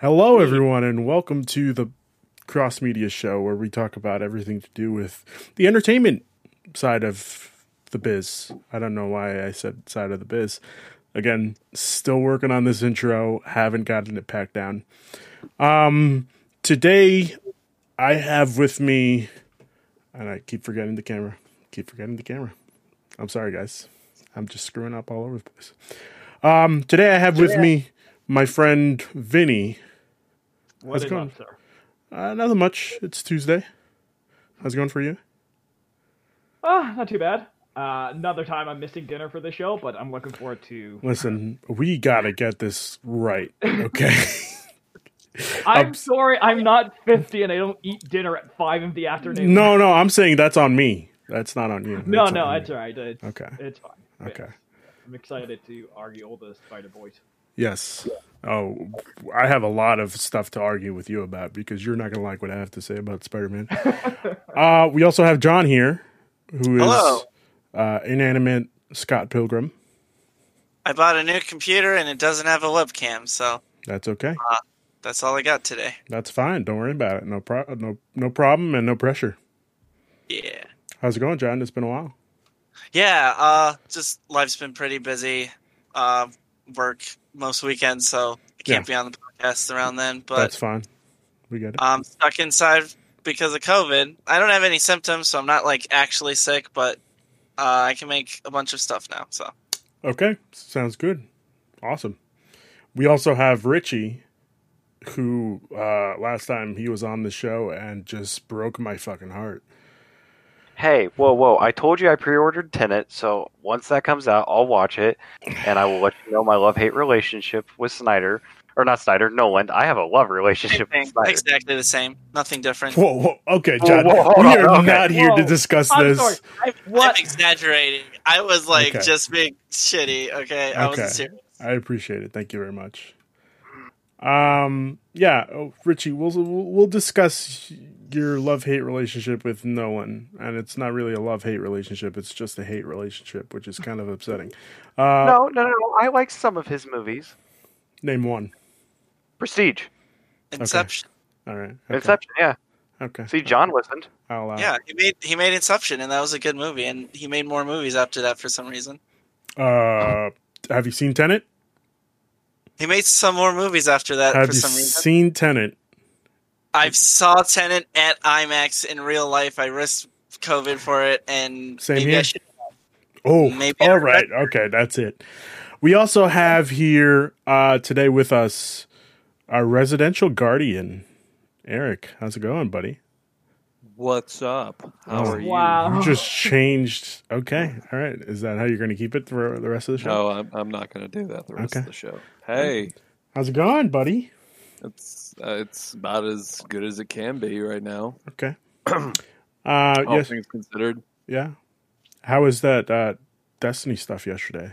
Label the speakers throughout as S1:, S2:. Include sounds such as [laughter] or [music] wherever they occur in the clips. S1: Hello, everyone, and welcome to the Cross Media Show, where we talk about everything to do with the entertainment side of the biz. I don't know why I said side of the biz. Again, still working on this intro, haven't gotten it packed down. Um, today, I have with me, and I keep forgetting the camera. Keep forgetting the camera. I'm sorry, guys. I'm just screwing up all over the place. Um, today, I have with me my friend Vinny.
S2: What
S1: How's it
S2: is
S1: going?
S2: up, sir?
S1: Uh, nothing much. It's Tuesday. How's it going for you?
S2: Ah, not too bad. Uh, another time I'm missing dinner for the show, but I'm looking forward to.
S1: Listen, we gotta get this [laughs] right, okay?
S2: I'm
S1: I'm-
S2: sorry, I'm not 50 and I don't eat dinner at 5 in the afternoon.
S1: no, no, I'm saying that's on me. That's not on you.
S2: no,
S1: That's
S2: no,
S1: on me.
S2: it's all right. It's,
S1: Okay.
S2: It's fine.
S1: Okay.
S2: Yes. I'm excited to argue all the Spider Boys.
S1: Yes. Oh, I have a lot of stuff to argue with you about because you're not gonna like what I have to say about [laughs] Spider-Man. uh, we also have John here, who is
S3: Hello.
S1: uh, inanimate Scott Pilgrim.
S3: I bought a new computer and it doesn't have a webcam, so
S1: That's okay.
S3: that's all I got today.
S1: That's fine. Don't worry about it. No, pro- no, no problem, and no pressure.
S3: Yeah.
S1: How's it going, John? It's been a while.
S3: Yeah, uh just life's been pretty busy. Uh work most weekends, so I can't be on the podcast around then,
S1: That's
S3: but
S1: fine. We get it.
S3: I'm stuck inside because of COVID. I don't have any symptoms, so I'm not like actually sick, but uh, I can make a bunch of stuff now. So
S1: Okay, sounds good. Awesome. We also have Richie, who uh, last time he was on the show and just broke my fucking heart.
S4: Hey, whoa, whoa! I told you I pre-ordered Tenet, so once that comes out, I'll watch it, and I will let you know my love-hate relationship with Snyder, or not Snyder, Nolan. I have a love relationship with
S3: Same thing.
S4: Snyder.
S3: exactly the same. Nothing different.
S1: Whoa, whoa. Okay,
S4: Whoa,
S1: John,
S4: whoa, hold
S1: we
S4: on,
S1: are
S4: okay.
S1: not here to
S2: Whoa.
S1: discuss
S2: I'm
S1: this.
S2: sorry. I,
S3: I'm
S2: what?
S3: exaggerating. I was like
S1: Okay.
S3: just being shitty, okay? I wasn't
S1: Okay. Uh,
S3: serious.
S1: I appreciate it. Thank you very much. Um, yeah, oh, Richie, we'll we'll we'll discuss your love hate relationship with Nolan, and it's not really a love hate relationship; it's just a hate relationship, which is kind of upsetting. Uh,
S4: No, no, no, no! I like some of his movies.
S1: Name one.
S4: Prestige,
S3: Inception.
S1: All right.
S4: Inception, yeah.
S1: Okay.
S4: See, John listened.
S1: I'll, uh,
S3: Yeah, he made he made Inception, and that was a good movie. And he made more movies after that for some reason.
S1: Uh, have you seen Tenet?
S3: He made some more movies after that
S1: Have
S3: for
S1: you
S3: some reason.
S1: seen Tenet?
S3: I saw Tenant at IMAX in real life. I risked COVID for it, and
S1: Same
S3: maybe I
S1: here.
S3: should.
S1: Oh,
S3: Maybe I
S1: all right. Okay, that's it. We also have here uh, today with us our residential guardian, Eric. How's it going, buddy?
S5: What's up? How
S1: Oh.
S5: are you?
S2: Wow.
S1: You just changed. Okay, all right. Is that how you're going to keep it for the rest of the show?
S5: No, I'm, I'm not going to do that the rest
S1: Okay.
S5: of the show. Hey,
S1: How's it going, buddy?
S5: it's uh, it's about as good as it can be right now.
S3: [clears throat]
S1: Okay. Uh,
S3: Oh,
S5: All
S1: yes.
S5: things considered,
S1: Yeah. How was that uh, Destiny stuff yesterday?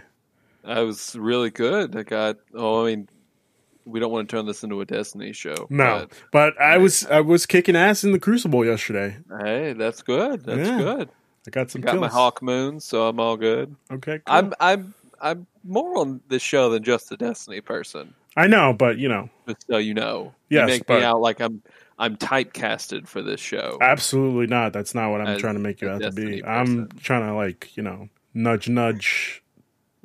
S5: I was really good. I got. Oh, I mean, we don't want to turn this into a Destiny show.
S1: No, but I was I was kicking ass in the Crucible yesterday.
S5: but hey, that's good. That's
S1: Yeah.
S5: good.
S1: I got some
S5: Got
S1: kills.
S5: my Hawk Moon, so I'm all good.
S1: Okay, cool.
S5: I'm I'm I'm more on this show than just a Destiny person.
S1: I know, but you know,
S5: Just so you know,
S1: Yes,
S5: you make
S1: but-
S5: me out like I'm I'm typecasted for this show.
S1: absolutely not. That's not what I'm
S5: As
S1: trying to make you
S5: a
S1: out to be.
S5: Destiny
S1: I'm
S5: person.
S1: trying to like you know nudge nudge.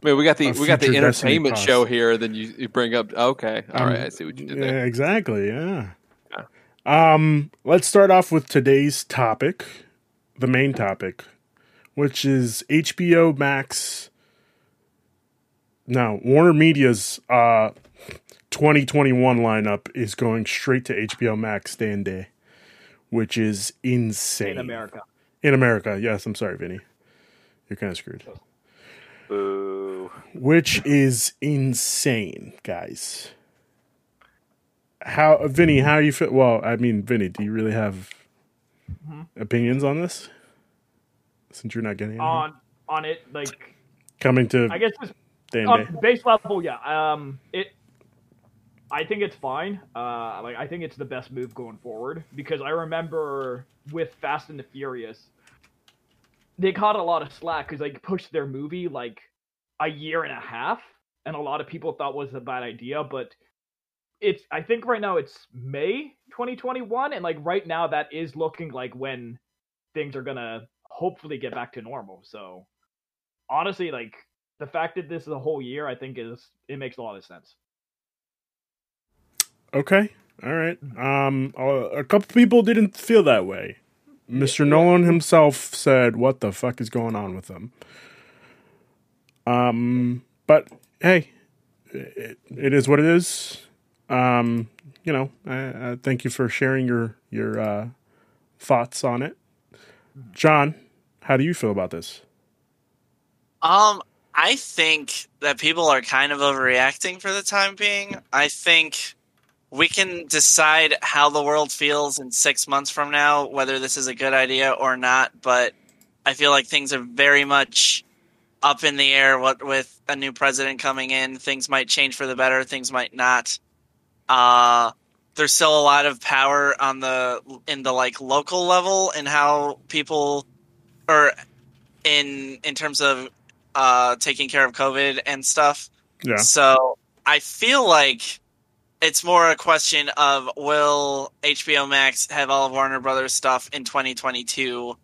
S5: I mean, we got the
S1: a
S5: we got the
S1: future Destiny
S5: entertainment
S1: cost.
S5: show here. Then you, you bring up okay, all right,
S1: Um,
S5: I see what you did
S1: Yeah,
S5: there.
S1: exactly. Yeah. Um. Let's start off with today's topic, the main topic, which is HBO Max. Now, Warner Media's uh, 2021 lineup is going straight to HBO Max day and day, which is insane.
S2: In America.
S1: In America, yes. I'm sorry, Vinny. You're kind of screwed.
S4: Boo!
S1: Which is insane, guys. How, uh, Vinny? How you feel? Well, I mean, Vinny, do you really have
S2: Mm-hmm.
S1: opinions on this? Since you're not getting anything?
S2: On, on it, like,
S1: coming to
S2: Uh, I guess uh, just
S1: day and day.
S2: on Oh, base level, yeah. Um, it. I think it's fine. Uh, like I think it's the best move going forward because I remember with Fast and the Furious, they caught a lot of slack because they pushed their movie like a year and a half, and a lot of people thought was a bad idea. But it's I think right now it's May 2021, and like right now that is looking like when things are gonna hopefully get back to normal. So honestly, like the fact that this is a whole year, I think is it makes a lot of sense.
S1: Okay. All right. Um, a a couple people didn't feel that way. Mr. Nolan himself said, "What the fuck is going on with them?" Um, but hey, it, it is what it is. Um, you know, I, I thank you for sharing your your uh, thoughts on it, John. How do you feel about this?
S3: Um, I think that people are kind of overreacting for the time being. I think we can decide how the world feels in six months from now, whether this is a good idea or not. But I feel like things are very much up in the air. What with a new president coming in, things might change for the better, things might not. Uh, there's still a lot of power on the in the like local level and how people or in in terms of uh, taking care of COVID and stuff.
S1: Yeah.
S3: So I feel like it's more a question of will HBO Max have all of Warner Brothers stuff in 2022?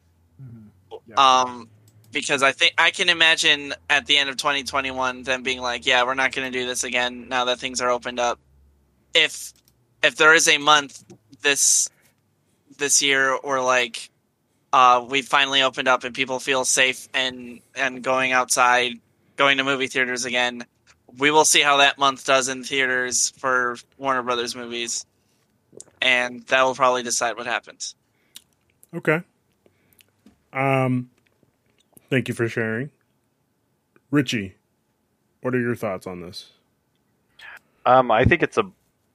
S2: Yeah.
S3: Um, because I think I can imagine at the end of 2021 them being like, "Yeah, we're not going to do this again now that things are opened up." If if there is a month this this year or like uh, we finally opened up and people feel safe and and going outside, going to movie theaters again, we will see how that month does in theaters for Warner Brothers movies, and that will probably decide what happens.
S1: Okay. Um, thank you for sharing, Richie. What are your thoughts on this?
S4: Um, I think it's a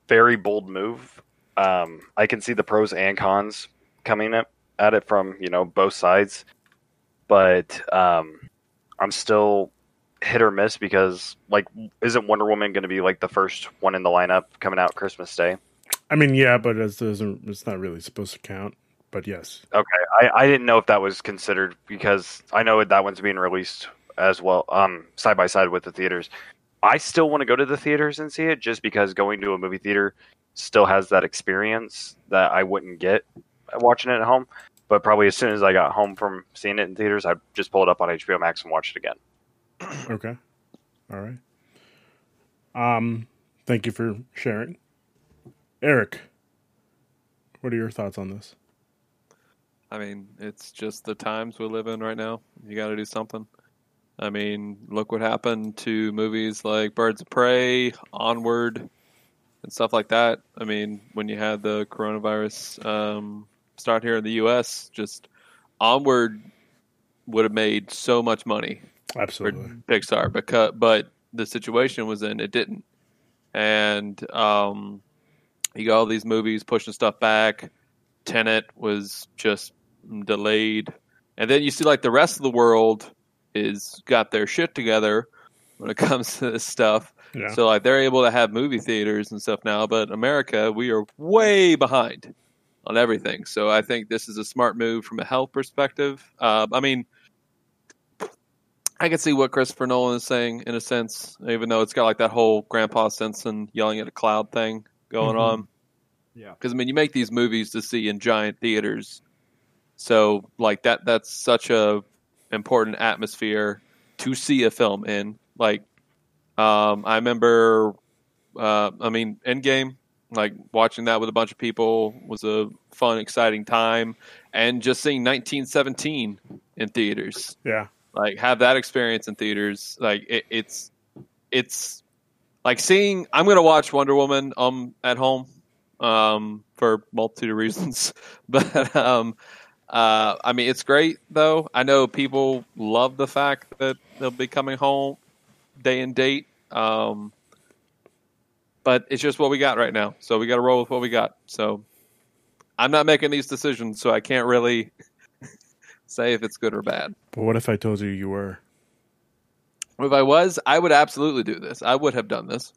S4: very bold move. Um, I can see the pros and cons coming up at it from you know both sides, but um, I'm still hit or miss because like, isn't Wonder Woman going to be like the first one in the lineup coming out Christmas Day?
S1: I mean, yeah, but it doesn't. It's not really supposed to count. But yes,
S4: I, I didn't know if that was considered because I know that one's being released as well, um, side by side with the theaters. I still want to go to the theaters and see it just because going to a movie theater still has that experience that I wouldn't get watching it at home. But probably as soon as I got home from seeing it in theaters, I just pulled up on HBO Max and watched it again.
S1: Okay. All right. Um, thank you for sharing. Eric, what are your thoughts on this?
S5: I mean, it's just the times we live in right now. You got to do something. I mean, look what happened to movies like Birds of Prey, Onward, and stuff like that. I mean, when you had the coronavirus um, start here in the U.S., just Onward would have made so much money for
S1: Absolutely.
S5: Pixar, because but the situation was in it didn't, and um, you got all these movies pushing stuff back. Tenet was just delayed, and then you see like the rest of the world is got their shit together when it [laughs] comes to this stuff.
S1: Yeah.
S5: So like they're able to have movie theaters and stuff now, but America we are way behind on everything. So I think this is a smart move from a health perspective. Uh, I mean, I can see what Christopher Nolan is saying in a sense, even though it's got like that whole Grandpa Simpson yelling at a cloud thing going
S1: Mhm.
S5: on.
S2: Yeah.
S5: because I mean, you make these movies to see in giant theaters, so like that that's such a important atmosphere to see a film in. Like, um, I remember, uh, I mean, Endgame. Like watching that with a bunch of people was a fun, exciting time, and just seeing 1917 in theaters
S1: yeah.
S5: like have that experience in theaters like it, it's it's like seeing i'm gonna watch wonder woman um at home um for multitude of reasons [laughs] but um uh i mean it's great though i know people love the fact that they'll be coming home day and date um but it's just what we got right now so we gotta roll with what we got so i'm not making these decisions so i can't really [laughs] say if it's good or bad
S1: But what if I told you you were?
S5: if I was, I would absolutely do this. I would have done this.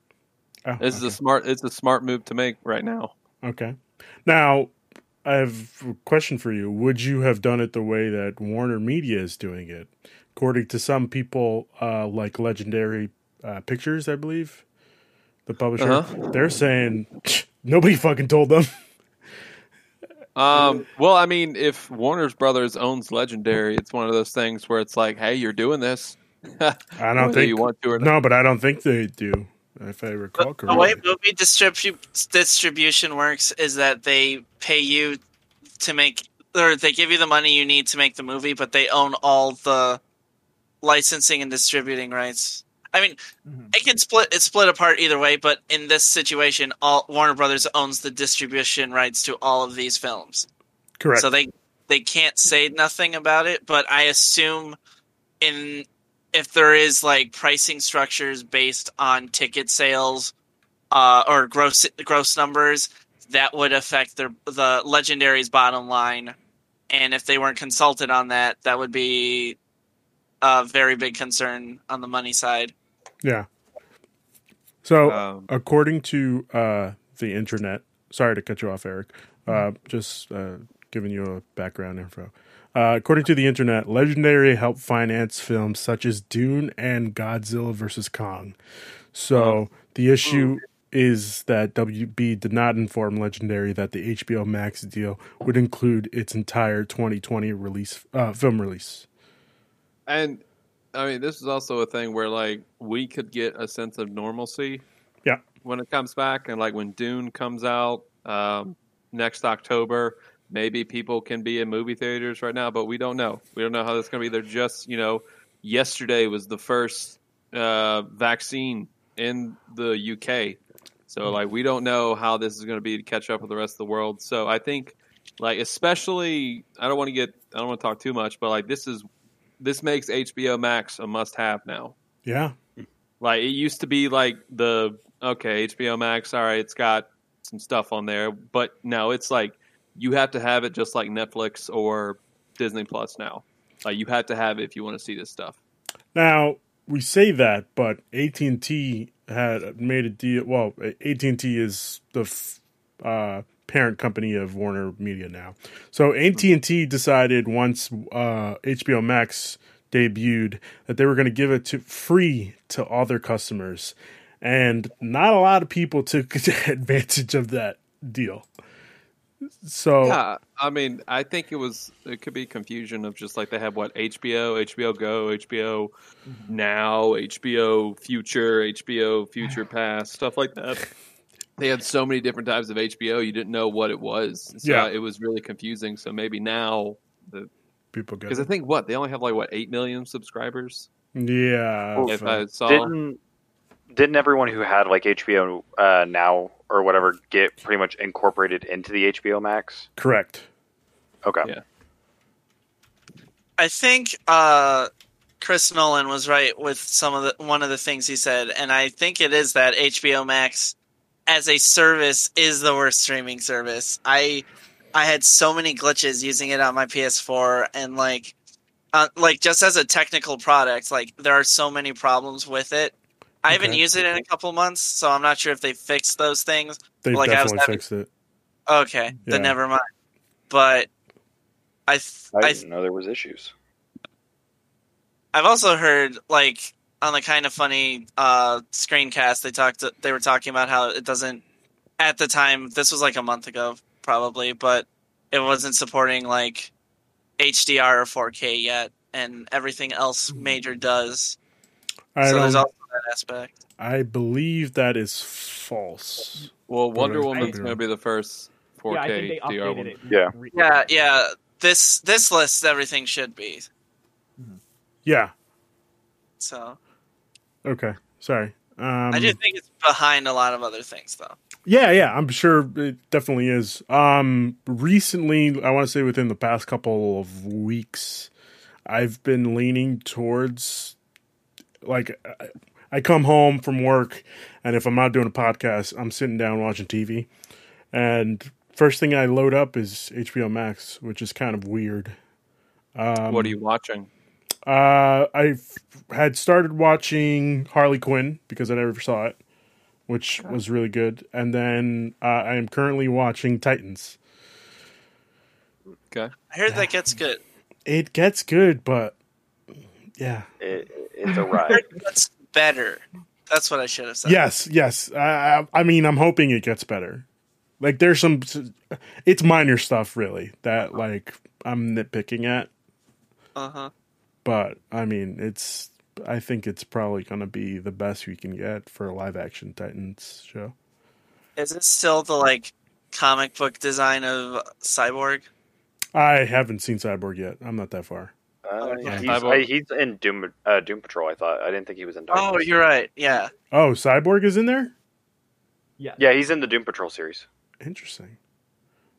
S1: Oh,
S5: This is a smart. It's a smart move to make right now.
S1: okay. Now, I have a question for you. Would you have done it the way that Warner Media is doing it? According to some people, uh, like Legendary uh, Pictures, I believe, the publisher,
S5: Uh-huh.
S1: they're saying nobody fucking told them.
S5: Um, well, I mean, if Warner's Brothers owns Legendary, it's one of those things where it's like, hey, you're doing this.
S1: I don't
S5: whether
S1: think
S5: you want to or not.
S1: no, but I don't think they do. If I recall
S5: Oh,
S3: The way
S1: correctly,
S3: movie distribu- distribution works is that they pay you to make, or they give you the money you need to make the movie, but they own all the licensing and distributing rights. I mean,
S2: Mhm.
S3: it can split it's split apart either way, but in this situation, all Warner Brothers owns the distribution rights to all of these films.
S1: correct.
S3: So they they can't say nothing about it, but I assume in if there is like pricing structures based on ticket sales uh, or gross gross numbers, that would affect their the legendary's bottom line. And if they weren't consulted on that, that would be a very big concern on the money side.
S1: yeah. So
S5: Um,
S1: according to uh, the internet, sorry to cut you off, Eric. Uh, just uh, giving you a background info. Uh, according to the internet, Legendary helped finance films such as Dune and Godzilla vs Kong. So the issue is that WB did not inform Legendary that the HBO Max deal would include its entire 2020 release uh, film release.
S5: and I mean, this is also a thing where like we could get a sense of normalcy.
S1: Yeah.
S5: When it comes back, and like when Dune comes out um, next October, maybe people can be in movie theaters right now, but we don't know. We don't know how that's going to be. They're just, you know, yesterday was the first uh, vaccine in the UK, so like we don't know how this is going to be to catch up with the rest of the world. So I think, like, especially, I don't want to get, I don't want to talk too much, but like this is this makes HBO Max a must have now.
S1: Yeah,
S5: Like it used to be like the okay, HBO Max, all right, it's got some stuff on there, but now it's like you have to have it just like Netflix or Disney Plus now. Like you have to have it if you want to see this stuff.
S1: Now we say that, but AT and T had made a deal. Well, AT and T is the f- uh, parent company of Warner Media now. So AT and T decided once uh, HBO Max debuted that they were going to give it to free to all their customers, and not a lot of people took [laughs] advantage of that deal. So
S5: Yeah, I mean, I think it was it could be confusion of just like they have what HBO, HBO Go, HBO Mm-hmm. Now, HBO Future, HBO Future Past, stuff like that. They had so many different types of HBO, you didn't know what it was. So
S1: Yeah.
S5: it was really confusing. So maybe now,
S1: people get
S5: because I think what they only have like what eight million subscribers.
S1: yeah.
S5: If uh, I saw,
S4: Didn't didn't everyone who had like HBO uh, now or whatever get pretty much incorporated into the HBO Max?
S1: correct.
S4: Okay.
S5: Yeah.
S3: I think uh, Chris Nolan was right with some of the one of the things he said, and I think it is that HBO Max as a service is the worst streaming service. I I had so many glitches using it on my PS4, and like uh, like just as a technical product, like there are so many problems with it. I haven't
S1: Okay.
S3: used it in a couple months, so I'm not sure if they fixed those things.
S1: They
S3: Like, I was
S1: definitely
S3: having-
S1: fixed it.
S3: Okay,
S1: Yeah.
S3: then never mind. But I th-
S4: I
S3: I
S4: didn't know there was issues.
S3: I've also heard like on the kind of funny uh, screencast they talked they were talking about how it doesn't at the time this was like a month ago probably but it wasn't supporting like HDR or 4K yet and everything else major does
S1: Mm-hmm. I
S3: so
S1: don't
S3: there's also that aspect
S1: I believe that is false.
S5: well, Wonder
S1: Right.
S5: Woman's going to be the first 4K
S2: yeah, I think they
S5: DR
S2: updated
S5: one.
S2: it.
S4: Yeah.
S2: Re-
S3: yeah yeah this this list everything should be
S1: Yeah.
S3: so
S1: Okay. Sorry. Um,
S3: I do think it's behind a lot of other things though
S1: Yeah, yeah. I'm sure it definitely is. Um, recently, I want to say within the past couple of weeks, I've been leaning towards like I- I come home from work, and if I'm not doing a podcast, I'm sitting down watching TV, and first thing I load up is HBO Max, which is kind of weird. Um,
S5: what are you watching?
S1: Uh, I f- had started watching Harley Quinn because I never saw it, which was really good. And then uh, I am currently watching Titans.
S5: Okay,
S3: I heard that gets good
S1: It gets good, but yeah,
S4: It, it's a ride.
S3: that's better That's what I should have said.
S1: Yes, yes. I, I I mean, I'm hoping it gets better. Like, there's some, it's minor stuff really that like I'm nitpicking at,
S3: Uh huh.
S1: but I mean, it's. I think it's probably going to be the best we can get for a live action Titans show.
S3: Is it still the like comic book design of Cyborg?
S1: I haven't seen Cyborg yet. I'm not that far.
S4: Uh,
S3: Yeah.
S4: he's,
S5: I've al-
S4: I- he's in Doom uh, Doom Patrol. I thought I didn't think he was in. Dark
S3: Oh,
S4: Knight.
S3: you're right. Yeah.
S1: Oh, Cyborg is in there.
S4: Yeah, he's in the Doom Patrol series.
S1: Interesting.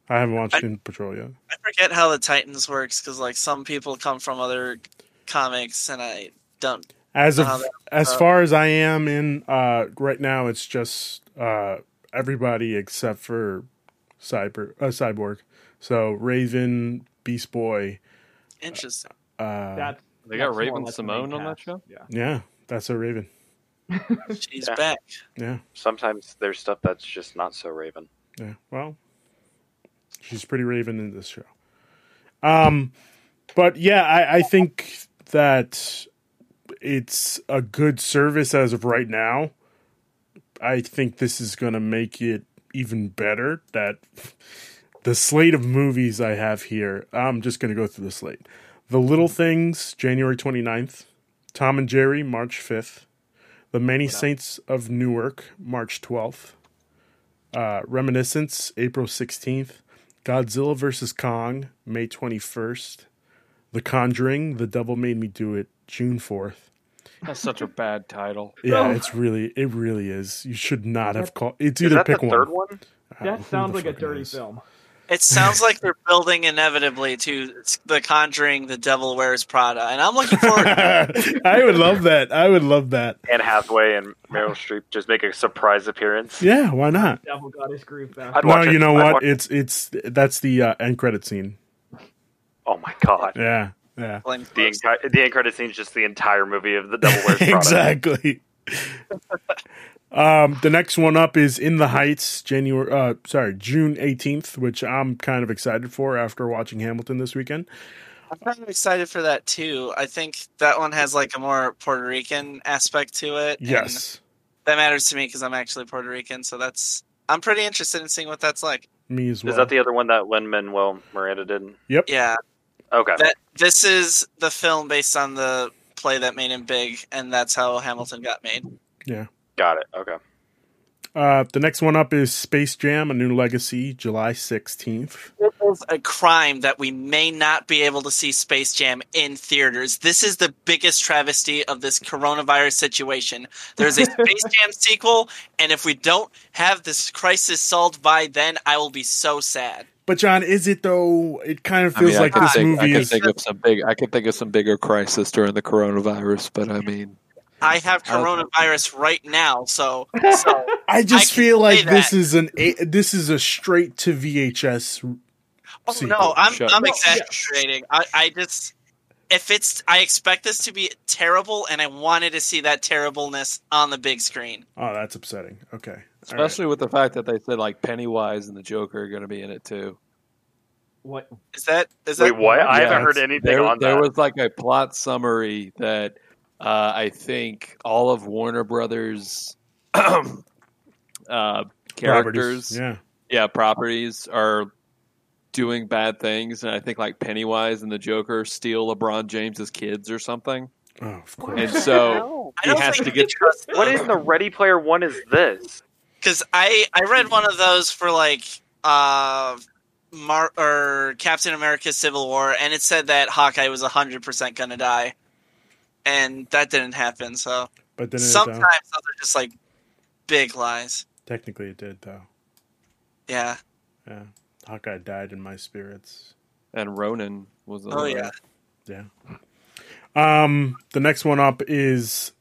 S1: I haven't watched
S3: I-
S1: Doom Patrol yet.
S3: I forget how the Titans works because like some people come from other comics, and I don't.
S1: As of
S3: Uh,
S1: as
S3: uh,
S1: far as I am in uh, right now, it's just uh, everybody except for Cyber uh, Cyborg. So Raven, Beast Boy.
S3: Interesting.
S1: Uh,
S2: That's
S5: They
S2: that's
S5: got
S2: more or
S5: Raven
S2: less the main
S5: Simone on that
S2: cast.
S5: show.
S2: Yeah.
S1: [laughs] yeah, that's a Raven.
S3: She's
S4: Yeah.
S3: back.
S1: Yeah,
S4: Sometimes there's stuff that's just not so Raven.
S1: yeah. Well, she's pretty Raven in this show. Um, but yeah, I, I think that it's a good service as of right now. I think this is going to make it even better. That [laughs] the slate of movies I have here, I'm just going to go through the slate. The Little Things, January 29th. Tom and Jerry, March 5th. The Many Saints of Newark, March 12th. Uh, Reminiscence, April 16th. Godzilla vs. Kong, May 21st. The Conjuring, The Devil Made Me Do It, June 4th.
S5: That's such a bad title.
S1: Yeah,
S2: Oh.
S1: it's really, it really is. You should not have called. It's
S4: Is
S1: either
S4: that the
S1: pick
S4: third
S1: one.
S4: one?
S1: Uh, who
S2: That
S1: the
S2: sounds like a
S1: fuck
S2: dirty
S1: knows?
S2: film.
S3: It sounds like they're building inevitably to The Conjuring, The Devil Wears Prada, and I'm looking forward. [laughs] to it.
S1: [laughs] I would love that. I would love that.
S4: Anne Hathaway and Meryl Streep just make a surprise appearance.
S1: Yeah, why not?
S2: Devil got his groove back.
S4: I'd
S1: No,
S4: watch it.
S1: you know
S4: I'd
S1: what?
S4: watch it.
S1: It's it's that's the uh, end credit scene.
S4: Oh my god.
S1: Yeah, yeah,
S3: Glenn
S4: The
S3: Close.
S4: entire the end credit scene is just the entire movie of the Devil
S1: [laughs]
S4: Wears Prada.
S1: exactly. [laughs] um, the next one up is In the Heights, January. Uh, sorry, June eighteenth, which I'm kind of excited for after watching Hamilton this weekend.
S3: I'm kind of excited for that too. I think that one has like a more Puerto Rican aspect to it. and
S1: Yes,
S3: that matters to me because I'm actually Puerto Rican, so that's I'm pretty interested in seeing what that's like.
S1: me as well.
S4: Is that the other one that Lin Manuel Miranda did?
S1: yep.
S3: Yeah,
S4: Okay.
S3: that this is the film based on the play that made him big, and that's how Hamilton got made.
S4: Got it. Okay.
S1: Uh, the next one up is Space Jam: A New Legacy, July sixteenth.
S3: It is a crime that we may not be able to see Space Jam in theaters. This is the biggest travesty of this coronavirus situation. There's a Space Jam sequel, and if we don't have this crisis solved by then, I will be so sad.
S1: But John, is it though? It kind of
S5: I mean,
S1: feels
S5: I
S1: like
S5: could
S1: this
S5: think, I
S1: movie
S5: could
S1: is.
S5: think of some big. I could think of some bigger crisis during the coronavirus, but I mean,
S3: I have coronavirus right now, so, so
S1: I just
S3: I can
S1: feel
S3: say
S1: like this
S3: that.
S1: is an a, this is a straight to VHS.
S3: Oh
S1: sequel.
S3: no, I'm
S5: Shut
S3: I'm
S5: up.
S3: exaggerating. I, I just if it's I expect this to be terrible, and I wanted to see that terribleness on the big screen.
S1: Oh, that's upsetting. Okay, All right.
S5: especially with the fact that they said like Pennywise and the Joker are going to be in it too.
S2: [laughs] What?
S3: Is that is that
S4: Wait, what? I
S5: Yeah,
S4: haven't heard
S1: it's-
S4: anything
S5: There,
S4: on
S5: there
S4: that.
S5: was like a plot summary that uh, I think all of Warner Brothers [clears throat] uh, characters,
S1: Properties. Yeah.
S5: yeah, properties are doing bad things, and I think like Pennywise and the Joker steal LeBron James's kids or something,
S1: Oh, of course.
S5: and
S2: [laughs]
S5: so.
S3: I don't
S5: He has
S3: think
S5: to
S3: we
S5: get-
S3: trust
S4: what in the Ready Player One is this?
S3: because I I read one of those for like uh Mar- or Captain America Civil War, and it said that Hawkeye was hundred percent gonna die, and that didn't happen. So
S1: but then it,
S3: sometimes
S1: uh,
S3: those are just like big lies.
S1: technically it did though.
S3: Yeah.
S1: Yeah, Hawkeye died in my spirits.
S5: And Ronan was.
S3: Oh yeah.
S1: Um, the next one up is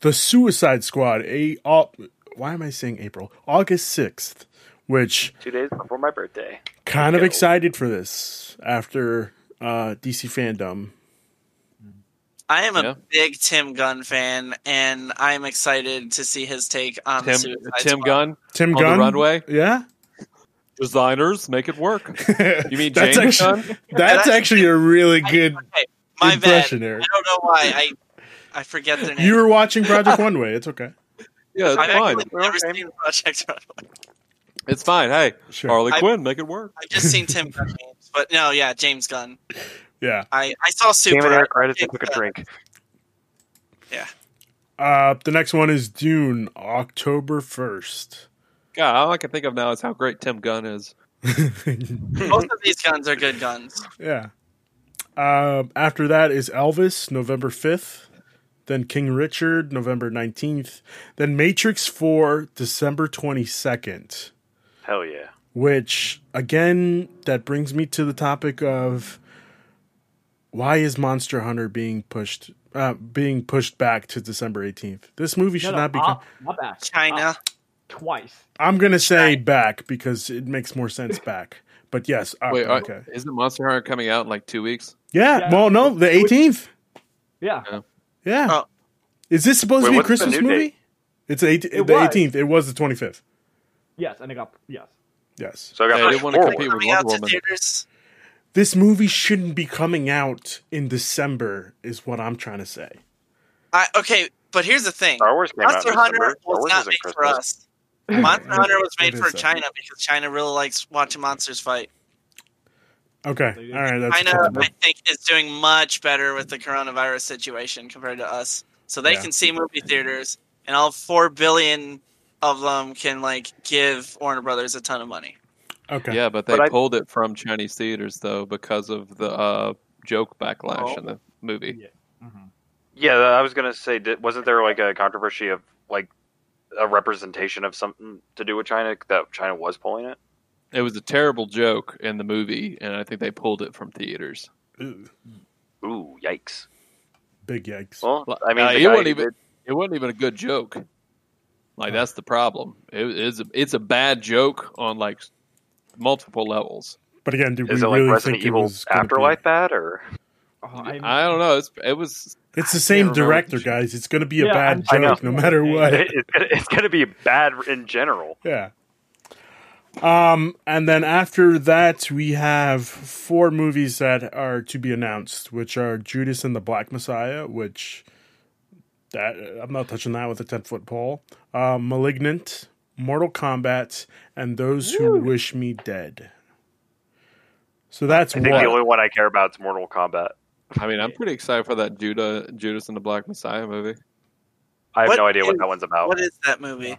S1: the Suicide Squad. A au- why am I saying April? August sixth, which
S4: Two days before my birthday.
S1: kind of
S4: Go.
S1: excited for this after uh, DC fandom.
S3: I am a
S5: Yeah.
S3: big Tim Gunn fan, and I'm excited to see his take on
S5: Tim uh,
S3: Suicide
S5: Tim
S3: Squad.
S5: Gunn
S1: Tim
S5: on
S1: Gunn
S5: the runway.
S1: Yeah,
S5: Designers make it work. You mean
S1: [laughs] that's
S5: James
S1: actually
S5: Gunn?
S1: that's actually a really good
S3: My bad.
S1: impression there.
S3: I don't know why. I I forget their name.
S1: You were watching
S3: [laughs]
S1: Project One Way. It's okay.
S5: Yeah, it's
S3: I've
S5: fine.
S3: actually never seen Project [laughs] Runway.
S5: It's fine. Hey,
S1: Sure.
S5: Harley
S3: I-
S5: Quinn, make it work.
S3: I've just seen Tim
S5: [laughs]
S3: Gunn names, but no, yeah, James Gunn.
S1: Yeah.
S3: I, I saw
S4: Came in
S3: Super.
S4: there right as I took a drink.
S1: Uh, the next one is Dune, October first. [laughs]
S5: God, all I can think of now is how great Tim Gunn is.
S3: Both of these guns are good guns.
S1: yeah. Um, after that is Elvis, November fifth. Then King Richard, November nineteenth. Then Matrix Four, December twenty second.
S4: Hell yeah.
S1: Which again, that brings me to the topic of why is Monster Hunter being pushed uh, being pushed back to December eighteenth? This movie should
S2: No, no,
S1: not be.
S2: up, not back.
S3: uh, China.
S2: Up Uh, twice.
S1: I'm gonna say back because it makes more sense back. But yes, up,
S5: Wait,
S1: Oh,
S5: uh,
S1: okay.
S5: okay. isn't Monster Hunter coming out in like two weeks?
S1: yeah,
S2: yeah.
S1: Well, no, the eighteenth.
S2: Yeah.
S1: Yeah.
S3: Oh.
S1: Is this supposed
S4: Wait,
S1: to be a
S4: what's the
S1: Christmas
S4: new
S1: movie?
S4: date?
S1: It's eight,
S2: It
S1: the
S2: was.
S1: eighteenth. It was the twenty fifth.
S2: Yes, and it got yes.
S1: Yes.
S4: So I
S5: Hey,
S4: got
S5: I
S4: pushed
S5: didn't wanna
S4: forward.
S5: compete with
S3: Coming out to
S5: Wonder Woman.
S3: theaters.
S1: This movie shouldn't be coming out in December, is what I'm trying to say.
S3: I, okay, but here's the thing.
S4: Star Wars came out.
S3: Monster
S4: in
S3: Hunter
S4: December. Star
S3: was
S4: Wars
S3: not
S4: isn't
S3: made for
S4: Christmas.
S3: us.
S5: [laughs]
S3: Monster Hunter was
S1: It
S3: made
S1: is
S3: for
S1: so.
S3: China because China really likes watching monsters fight.
S1: Okay. All right. That's
S3: China,
S1: fine.
S3: I think, is doing much better with the coronavirus situation compared to us. So they
S1: Yeah.
S3: can see movie theaters, and all four billion of them can like give Warner Brothers a ton of money.
S1: Okay.
S5: Yeah, but they
S4: But I-
S5: pulled it from Chinese theaters though because of the uh, joke backlash
S4: Oh.
S5: in the movie.
S1: Mm-hmm.
S2: Mhm.
S4: Yeah, I was gonna say, did, wasn't there like a controversy of like a representation of something to do with China that China was pulling it?
S5: It was a terrible joke in the movie, and I think they pulled it from theaters.
S1: Ooh,
S4: Ooh, yikes!
S1: Big yikes.
S4: Well, I mean,
S5: Uh,
S4: the
S5: it
S4: guy
S5: wouldn't
S4: who
S5: even-
S4: did-
S5: It wasn't even a good joke. Like that's the problem. It, it's a, it's a bad joke on like multiple levels.
S1: But again, do we
S4: is it
S1: really
S4: like Resident
S1: think it
S4: Evil
S1: was gonna be-
S4: Afterlife
S1: [laughs]
S4: bad or?
S2: Oh,
S5: I don't know. It's, it was
S1: It's the
S5: I
S1: same
S5: can't remember.
S1: director, guys. It's going to be a
S2: Yeah,
S1: bad
S4: I know.
S1: joke no matter what.
S4: [laughs] It- it's, gonna, it's gonna be bad in general.
S1: Yeah. Um, and then after that, we have four movies that are to be announced, which are Judas and the Black Messiah, which that I'm not touching that with a ten foot pole. Uh, Malignant, Mortal Kombat, and Those Who Wish Me Dead. So that's
S4: I think the
S1: what.
S4: only one I care about is Mortal Kombat.
S5: I mean, I'm pretty excited for that Judah, Judas and the Black Messiah movie.
S4: I have
S3: What
S4: no idea what
S3: is-
S4: that one's about.
S3: What is that movie?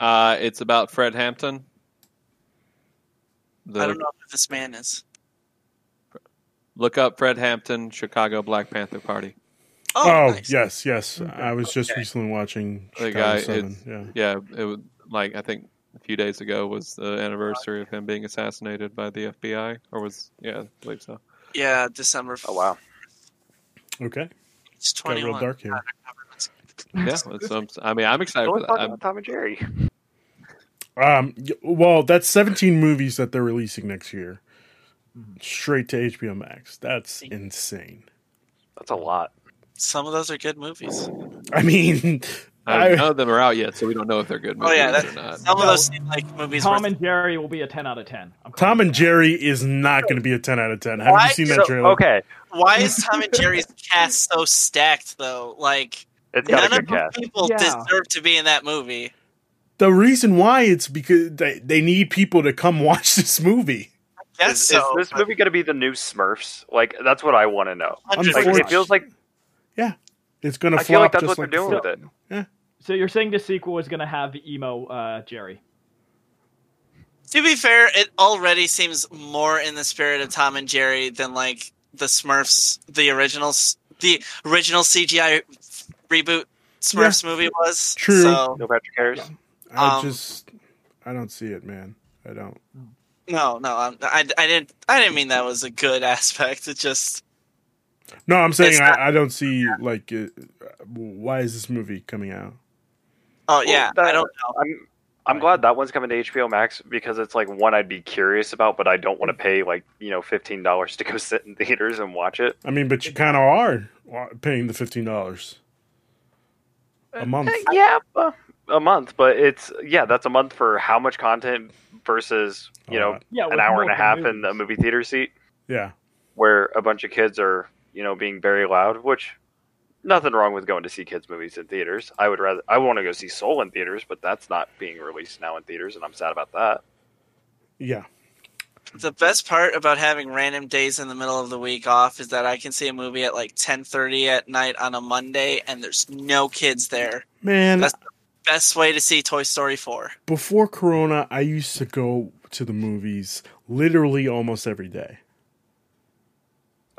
S5: Uh, it's about Fred Hampton. The,
S3: I don't know who this man is.
S5: Look up Fred Hampton, Chicago Black Panther Party.
S3: Oh,
S1: Oh
S3: nice.
S1: yes, yes. I was just
S3: Okay.
S1: recently watching
S5: The
S1: Chicago
S5: guy,
S1: Seven.
S5: it's-
S1: Yeah,
S5: Yeah, it was like I think a few days ago was the anniversary of him being assassinated by the FBI, or was yeah, I believe so.
S3: yeah, December.
S4: Oh wow!
S1: okay.
S3: it's
S1: Got
S3: twenty
S1: real
S3: one.
S1: dark here.
S5: Yeah, it's, um, I mean, I'm excited
S4: Someone
S5: for that.
S4: talking
S5: I'm-
S4: about Tom and Jerry.
S1: Um, y- well, that's 17 movies that they're releasing next year,
S2: Mhm.
S1: straight to HBO Max. That's
S3: Thank you.
S1: insane.
S4: That's a lot.
S3: Some of those are good movies.
S1: I mean, [laughs]
S5: I,
S1: I-
S5: none of them are out yet, so we don't know if they're good
S3: Oh,
S5: movies
S3: yeah,
S5: or not.
S3: Some of those seem like movies.
S2: Tom
S3: worth-
S2: and Jerry will be a ten out of ten. I'm
S1: Tom
S2: calling
S1: and
S2: it.
S1: Jerry is not going to be a 10 out of 10. Have
S3: Why?
S1: you seen
S3: So-
S1: that trailer?
S4: Okay,
S3: Why is Tom and Jerry's [laughs] cast so stacked though? Like
S4: it's got
S3: none
S4: a
S3: of
S4: good
S3: those
S4: cast.
S3: people
S2: Yeah.
S3: deserve to be in that movie.
S1: The reason why it's because they, they need people to come [laughs] watch this movie.
S3: That's
S4: Is, is
S3: so.
S4: this movie gonna be the new Smurfs? Like that's what I want to know. Like, it
S1: Unfortunately.
S4: feels like
S1: It's going to
S4: I feel like
S1: flop
S4: that's
S1: just
S4: what
S1: like
S4: they're
S1: the
S4: doing
S1: flop.
S4: with it.
S2: So you're saying this sequel is going to have emo uh, Jerry?
S3: To be fair, it already seems more in the spirit of Tom and Jerry than like the Smurfs, the original, s- the original CGI reboot Smurfs movie was.
S1: True.
S3: So
S4: No Patrick Harris.
S1: I
S3: Um,
S1: just, I don't see it, man. I don't.
S3: no, no, I'm- I, I didn't, I didn't mean that was a good [laughs] aspect. It just
S1: No, I'm saying
S3: It's not-
S1: I, I don't see, like, it, why is this movie coming out?
S3: Oh yeah,
S4: that-
S3: I don't know.
S4: I'm I'm glad that one's coming to HBO Max because it's like one I'd be curious about, but I don't want to pay like you know fifteen dollars to go [laughs] sit in theaters and watch it.
S1: I mean, but you kind of are wa- paying the fifteen dollars a month.
S4: [laughs] yeah, uh, a month, but it's yeah, that's a month for how much content versus you know
S1: Alright.
S2: Yeah,
S4: an
S2: with
S4: hour and a
S2: multiple
S4: half in
S2: movies.
S4: a movie theater seat
S1: Yeah,
S4: where a bunch of kids are you know being very loud, which nothing wrong with going to see kids movies in theaters. I would rather I want to go see Soul in theaters, but that's not being released now in theaters, and I'm sad about that.
S1: Yeah.
S3: The best part about having random days in the middle of the week off is that I can see a movie at like 10:30 at night on a Monday and there's no kids there.
S1: Man,
S3: That's- Best way to see Toy Story 4.
S1: before Corona, I used to go to the movies literally almost every day.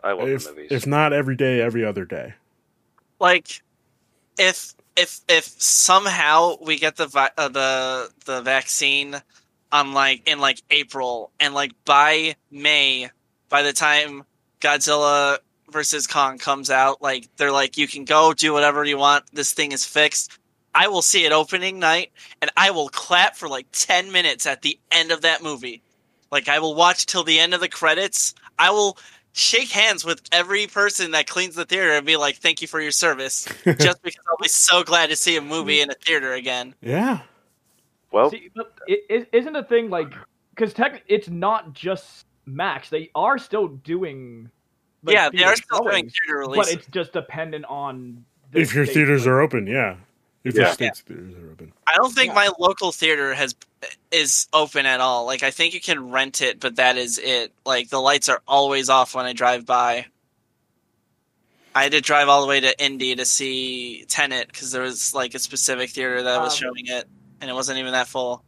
S4: I love
S1: If,
S4: the movies.
S1: if not every day, every other day.
S3: Like if if if somehow we get the vi- uh, the the vaccine on like in like April and like by May by the time Godzilla versus Kong comes out like they're like you can go do whatever you want this thing is fixed I will see it opening night and I will clap for like 10 minutes at the end of that movie like I will watch till the end of the credits I will shake hands with every person that cleans the theater and be like thank you for your
S2: [laughs]
S3: service just because I'll be so glad to see a movie in a theater again
S1: Yeah.
S3: Oh.
S4: well,
S2: See, but it, it, isn't the thing like because tech it's not just Max. They are still doing. like,
S3: yeah, they
S2: theater
S3: are still doing
S2: showings,
S3: theater
S2: but
S3: releases.
S2: it's just dependent on the
S1: If your
S2: state.
S1: theaters are open, yeah. If your
S4: Yeah.
S1: state's theaters are open.
S3: I don't think
S2: Yeah.
S3: my local theater has is open at all. Like I think you can rent it, but that is it. Like the lights are always off when I drive by. I had to drive all the way to Indy to see Tenet because there was like a specific theater that was
S2: Um,
S3: showing it, and it wasn't even that full.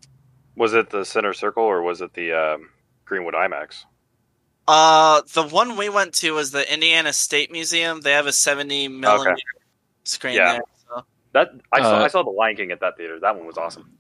S4: was it the Center Circle or was it the um, Greenwood IMAX?
S3: Uh, the one we went to was the Indiana State Museum. They have a seventy millimeter screen
S4: Yeah.
S3: there. So
S4: That I saw.
S5: Uh,
S4: I saw the Lion King at that theater. That one was awesome.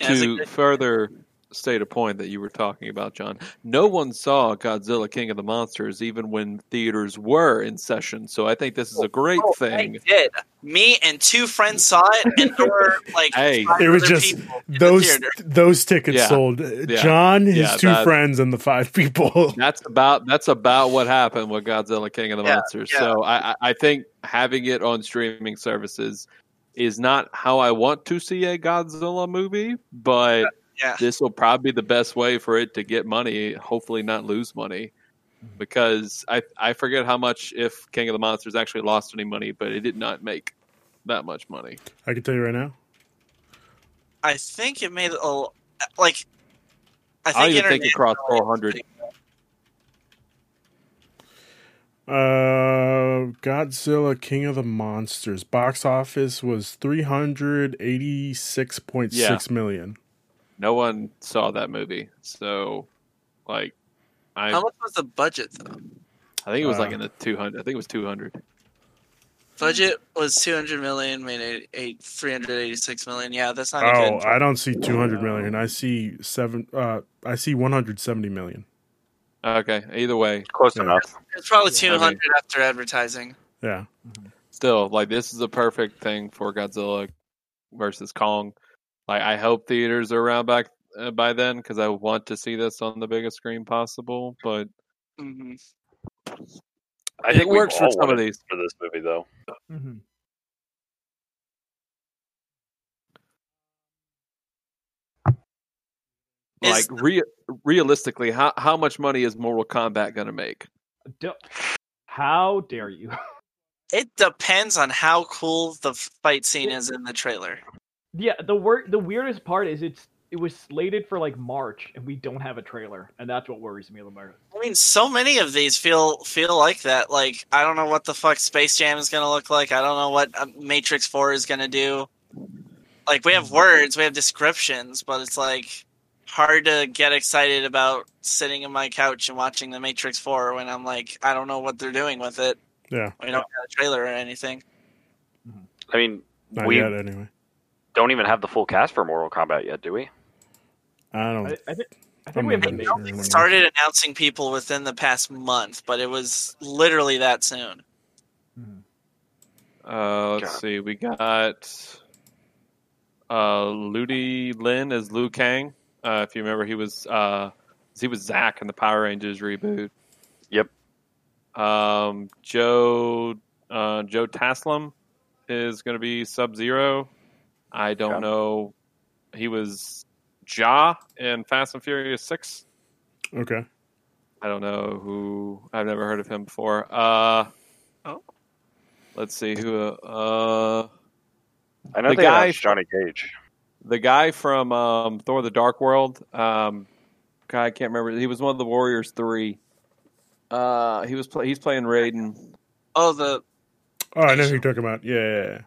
S3: yeah, it's a
S5: to
S3: good-
S5: further state a point that you were talking about, John, no one saw Godzilla King of the Monsters even when theaters were in session. So I think this is a great
S3: Oh, I
S5: thing.
S3: did. Me and two friends saw it, and there were like
S5: Hey.
S3: five
S1: It was
S3: other
S1: just
S3: people in the
S1: Those
S3: theater.
S1: those tickets
S5: Yeah.
S1: sold. John, his
S5: Yeah,
S1: two
S5: that-
S1: friends, and the five [laughs] people.
S5: That's about that's about what happened with Godzilla King of the
S3: Yeah,
S5: Monsters.
S3: yeah.
S5: So I, I I think having it on streaming services is not how I want to see a Godzilla movie, but
S3: Yeah.
S5: this will probably be the best way for it to get money, hopefully not lose money. Because I I forget how much if King of the Monsters actually lost any money, but it did not make that much money.
S1: I can tell you right now.
S3: I think it made a like. I
S5: I,
S3: think,
S5: even think it
S3: international-
S5: crossed four hundred.
S1: Uh, Godzilla King of the Monsters box office was three hundred eighty six point six million.
S5: No one saw that movie, so like I
S3: How much was the budget though?
S5: I think it was
S1: Wow.
S5: like in the two hundred. I think it was two hundred.
S3: Budget was two hundred million, made eight, eight three hundred eighty six million. Yeah, that's not
S1: Oh,
S3: good.
S1: I don't see two hundred million. I see seven. Uh, I see one hundred seventy million.
S5: Okay. Either way,
S4: Close
S1: Yeah.
S4: enough.
S3: It's probably
S5: Yeah, I
S3: two
S5: mean-
S3: hundred after advertising.
S1: Yeah,
S5: still like this is a perfect thing for Godzilla versus Kong. Like I hope theaters are around back uh, by then because I want to see this on the biggest screen possible. But
S3: hmm
S4: I
S5: it
S4: think
S5: works for some of
S4: these
S5: these.
S4: for this movie though.
S2: Mhm.
S5: Like
S3: Is-
S5: re- realistically, how how much money is Mortal Kombat gonna make?
S2: Do- How dare you? [laughs]
S3: It depends on how cool the fight scene is in the trailer.
S2: yeah, the wor- the weirdest part is it's it was slated for like March and we don't have a trailer, and that's what worries me the most.
S3: I mean, so many of these feel feel like that. Like I don't know what the fuck Space Jam is gonna look like. I don't know what uh, Matrix Four is gonna do. Like we have words, we have descriptions, but it's like hard to get excited about sitting in my couch and watching the Matrix Four when I'm like, I don't know what they're doing with it.
S1: yeah.
S3: We don't have a trailer or anything.
S4: I mean,
S1: Not
S4: we
S1: yet, anyway.
S4: don't even have the full cast for Mortal Kombat yet, do we?
S1: I don't.
S2: I, I think I
S1: I'm
S2: think we have
S1: not
S2: a
S1: really
S2: name.
S1: sure.
S3: They started announcing people within the past month, but it was literally that soon.
S2: Mm-hmm.
S5: Uh, let's
S4: God.
S5: see. We got uh, Ludi Lin as Liu Kang. Uh, if you remember, he was uh, he was Zack in the Power Rangers reboot.
S4: Yep.
S5: Um, Joe uh, Joe Taslim is going to be Sub Zero. I don't
S4: Okay.
S5: know. He was Ja in Fast and Furious Six.
S1: okay.
S5: I don't know who. I've never heard of him before. Uh,
S3: Oh.
S5: Let's see who. Uh, uh,
S4: I know
S5: The
S4: they
S5: guy
S4: announced Johnny Cage.
S5: the guy from um, Thor: The Dark World. Um, God, I can't remember. He was one of the Warriors Three. Uh, he was play- he's playing Raiden.
S3: Oh, the
S1: Oh, I know who you're talking about. Yeah, yeah, yeah.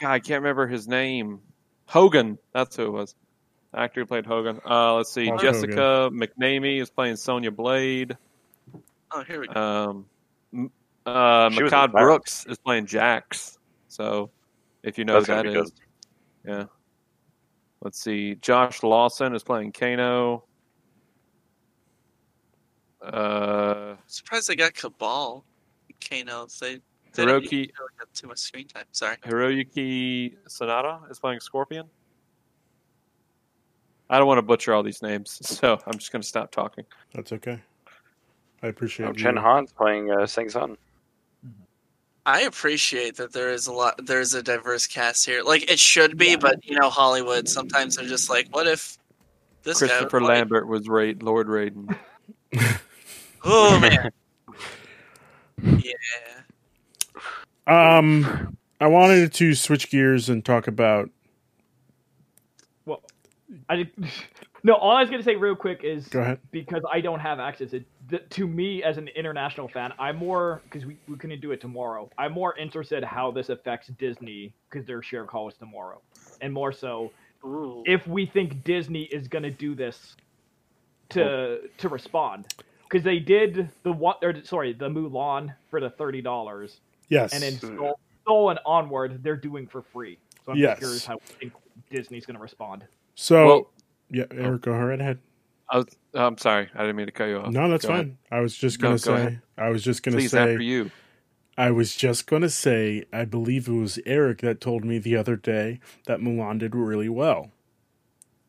S5: God, I can't remember his name. Hogan. That's who it was. The actor who played Hogan. Uh, let's see.
S1: Hulk
S5: Jessica McNamee is playing Sonya Blade.
S3: oh here we go.
S5: Um, m- uh,
S4: She was
S5: Makad
S4: in Pirates.
S5: Brooks is playing Jax. So if you know
S4: That's
S5: who
S4: gonna
S5: that
S4: be good.
S5: is, yeah. Let's see. Josh Lawson is playing Kano. Uh,
S3: surprised they got Cabal, Kano. They they don't
S5: Hiroki
S3: really got too much screen time. Sorry.
S5: Hiroyuki Sanada is playing Scorpion. I don't want to butcher all these names, [laughs] so I'm just going to stop talking.
S1: That's okay. I appreciate
S4: Oh,
S1: it.
S4: Chen Han's playing uh, Sing Sun.
S3: I appreciate that there is a lot. There is a diverse cast here. Like it should be, but you know Hollywood. Sometimes they're just like, what if this guy was
S5: Christopher
S3: like-
S5: Lambert was Ra- Lord Raiden.
S3: Oh man. [laughs] yeah.
S1: Um, I wanted to switch gears and talk about.
S2: Well, I [laughs] did- no. All I was gonna say real quick is
S1: Go ahead.
S2: because I don't have access to, th- to me as an international fan. I'm more because we we couldn't do it tomorrow. I'm more interested how this affects Disney because their share call is tomorrow, and more so
S3: Ooh.
S2: if we think Disney is gonna do this to to respond because they did the one or sorry the Mulan for the thirty dollars
S1: Yes.
S2: and then Soul, Soul and Onward they're doing for free. So I'm
S1: Yes.
S2: just curious how we think Disney's gonna respond.
S1: so,
S5: well,
S1: yeah, Eric, go right ahead.
S5: I was, Oh, I'm sorry. I didn't mean to cut you off.
S1: No, that's
S5: Go
S1: fine.
S5: ahead.
S1: I was just
S5: No,
S1: gonna
S5: go
S1: say.
S5: ahead.
S1: I was just gonna
S5: Please,
S1: say.
S5: after you.
S1: I was just gonna say. I believe it was Eric that told me the other day that Mulan did really well.
S5: That,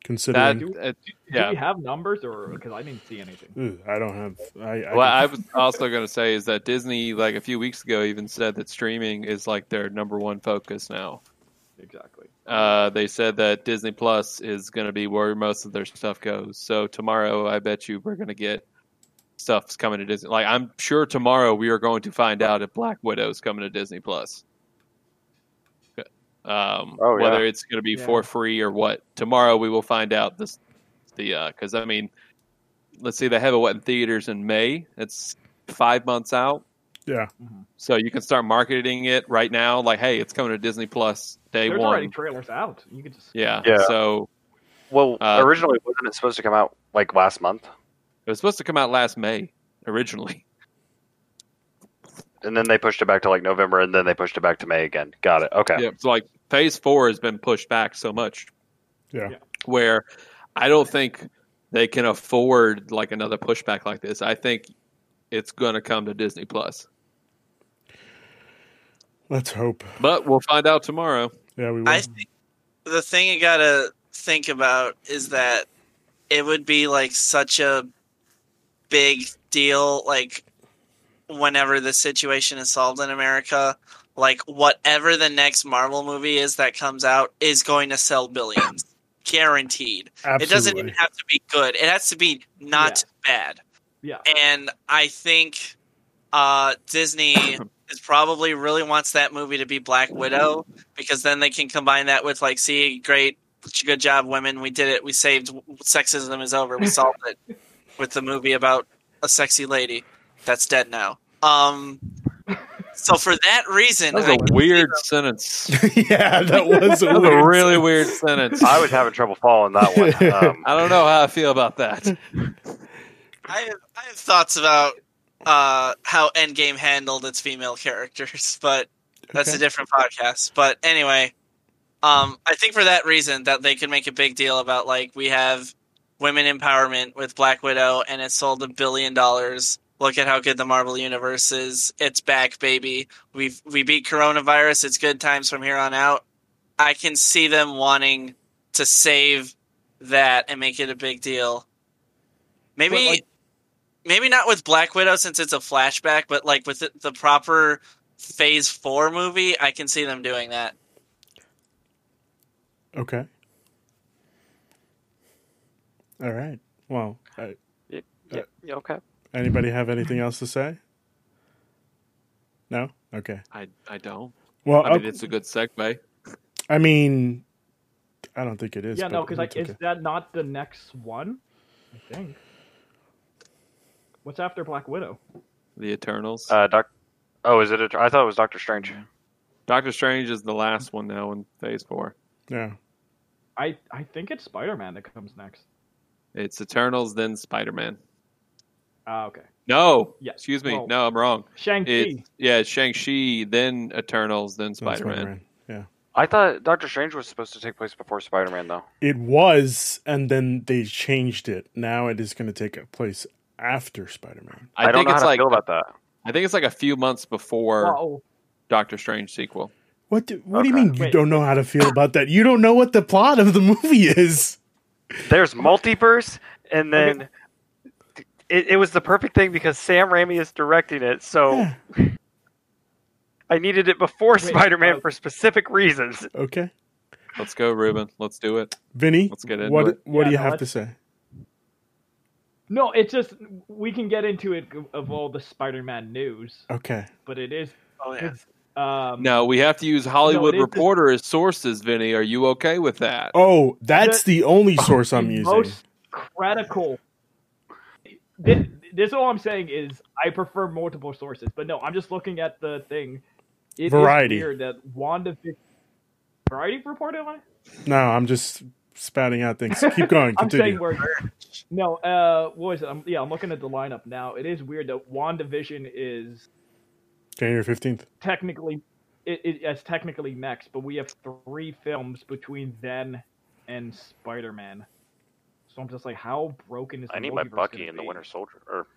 S1: Considering,
S5: uh,
S2: Do
S5: yeah.
S2: we have numbers or because I didn't see anything?
S1: Ooh, I don't have. I, I
S5: Well, I was also going to say is that Disney, like a few weeks ago, even said that streaming is like their number one focus now.
S2: Exactly.
S5: Uh, they said that Disney Plus is going to be where most of their stuff goes. So tomorrow, I bet you we're going to get stuff's coming to Disney. Like I'm sure tomorrow we are going to find out if Black Widow's coming to Disney Plus. Um,
S4: Oh, yeah.
S5: whether it's going to be
S2: Yeah.
S5: for free or what. Tomorrow we will find out this the because I mean, let's see, they have it what in theaters in May. It's five months out.
S1: yeah,
S5: So you can start marketing it right now, like, hey, it's coming to Disney Plus day
S2: There's
S5: one.
S2: already trailers out. You could just
S5: Yeah.
S4: Yeah.
S5: So
S4: Well,
S5: Uh,
S4: originally wasn't it supposed to come out like last month,
S5: it was supposed to come out last May originally.
S4: and then they pushed it back to like November, and then they pushed it back to May again. Got it. Okay.
S5: [laughs] Yeah. So like phase four has been pushed back so much.
S1: Yeah.
S2: Yeah.
S5: Where I don't think they can afford like another pushback like this. I think it's gonna come to Disney Plus.
S1: let's hope.
S5: But we'll find out tomorrow.
S1: Yeah, we will.
S3: I think the thing you gotta think about is that it would be like such a big deal, like whenever the situation is solved in America, like whatever the next Marvel movie is that comes out is going to sell billions. Guaranteed.
S1: Absolutely.
S3: It doesn't even have to be good. It has to be not bad.
S2: Yeah.
S3: And I think uh,
S5: [coughs]
S3: Disney is probably really wants that movie to be Black Widow because then they can combine that with like, see, great, good job, women. We did it. We saved. Sexism is over. We solved
S5: [laughs]
S3: it with the movie about a sexy lady that's dead now. Um. So for that reason,
S5: That was
S3: I
S5: a weird [laughs] sentence. That
S1: [laughs] yeah, that
S5: [laughs]
S1: was a,
S5: was
S1: weird-
S5: a really weird sentence.
S4: I was having trouble following that
S5: [laughs]
S4: one. Um,
S5: I don't know how I feel about that.
S3: I have, I have thoughts about uh, how Endgame handled its female characters, [laughs] but that's
S1: Okay.
S3: a different podcast. But anyway, um, I think for that reason that they could make a big deal about like we have women empowerment with Black Widow, and it sold a billion dollars. Look at how good the Marvel Universe is. It's back, baby. We have we beat coronavirus. It's good times from here on out. I can see them wanting to save that and make it a big deal. Maybe
S2: But, like-
S3: maybe not with Black Widow since it's a flashback, but like with the, the proper Phase Four movie, I can see them doing that.
S1: Okay. All right. Well, I, uh,
S4: yeah, okay.
S1: anybody have anything else to say? No. Okay.
S5: I, I don't.
S1: Well,
S5: I mean,
S1: uh,
S5: it's a good segue.
S1: I mean, I don't think it is.
S2: yeah, no,
S1: but
S2: because like,
S1: it's
S2: is
S1: okay.
S2: that not the next one? I think. What's after Black Widow?
S5: The Eternals.
S4: Uh, doc. Oh, is it? A, I thought it was Doctor Strange.
S5: Doctor Strange is the last one now in Phase Four.
S1: yeah,
S2: I I think it's Spider Man that comes next.
S5: It's Eternals, then Spider Man.
S2: Ah, okay.
S5: No,
S2: Yeah,
S5: excuse me.
S2: well-
S5: no, I'm wrong.
S2: Shang Chi.
S5: It, yeah, it's Shang Chi, then Eternals, then
S1: that's
S5: Spider Man.
S1: Spider-Man. Yeah,
S4: I thought Doctor Strange was supposed to take place before Spider Man, though.
S1: it was, and then they changed it. Now it is going to take place after Spider-Man.
S4: I,
S5: I,
S4: don't
S5: think
S4: know how
S5: it's
S4: to
S5: like
S4: feel about that.
S5: I think it's like a few months before
S2: Well, oh.
S5: Doctor Strange sequel.
S1: What? Do, what do you
S4: Okay.
S1: mean you
S2: Wait.
S1: don't know how to feel about that? You don't know what the plot of the movie is.
S4: There's multiverse, and then it, it was the perfect thing because Sam Raimi is directing it, so
S1: Yeah.
S4: I needed it before Spider Man
S2: uh,
S4: for specific reasons.
S1: Okay,
S5: Let's go, Ruben. Let's do it.
S1: Vinny.
S5: Let's get into
S1: what
S5: it.
S1: What do you
S2: Yeah, no,
S1: have to
S2: let's-
S1: say?
S2: no, it's just we can get into it of all the Spider Man news,
S1: Okay,
S2: but it is
S3: Oh yeah.
S2: it's um
S5: No, we have to use Hollywood
S2: No, it is-
S5: Reporter as sources, Vinny. Are you okay with that?
S1: Oh, that's the,
S2: [laughs]
S1: only source I'm
S2: the
S1: using.
S2: most critical. This, this all I'm saying is I prefer multiple sources, but no, I'm just looking at the thing. It is
S1: Variety.
S2: weird that Wanda Variety reported on it.
S1: No, I'm just spouting out
S2: [laughs]
S1: things. Keep going.
S2: I'm saying
S1: Continue.
S2: we're no. Uh, what was it? I'm, yeah, I'm looking at the lineup now. It is weird that WandaVision is
S1: January fifteenth.
S2: technically it, it as technically next, but we have three films between then and Spider-Man. So I'm just like, how broken is? The
S4: I need my
S2: multiverse
S4: Bucky
S2: gonna
S4: and the
S2: be?
S4: Winter Soldier, or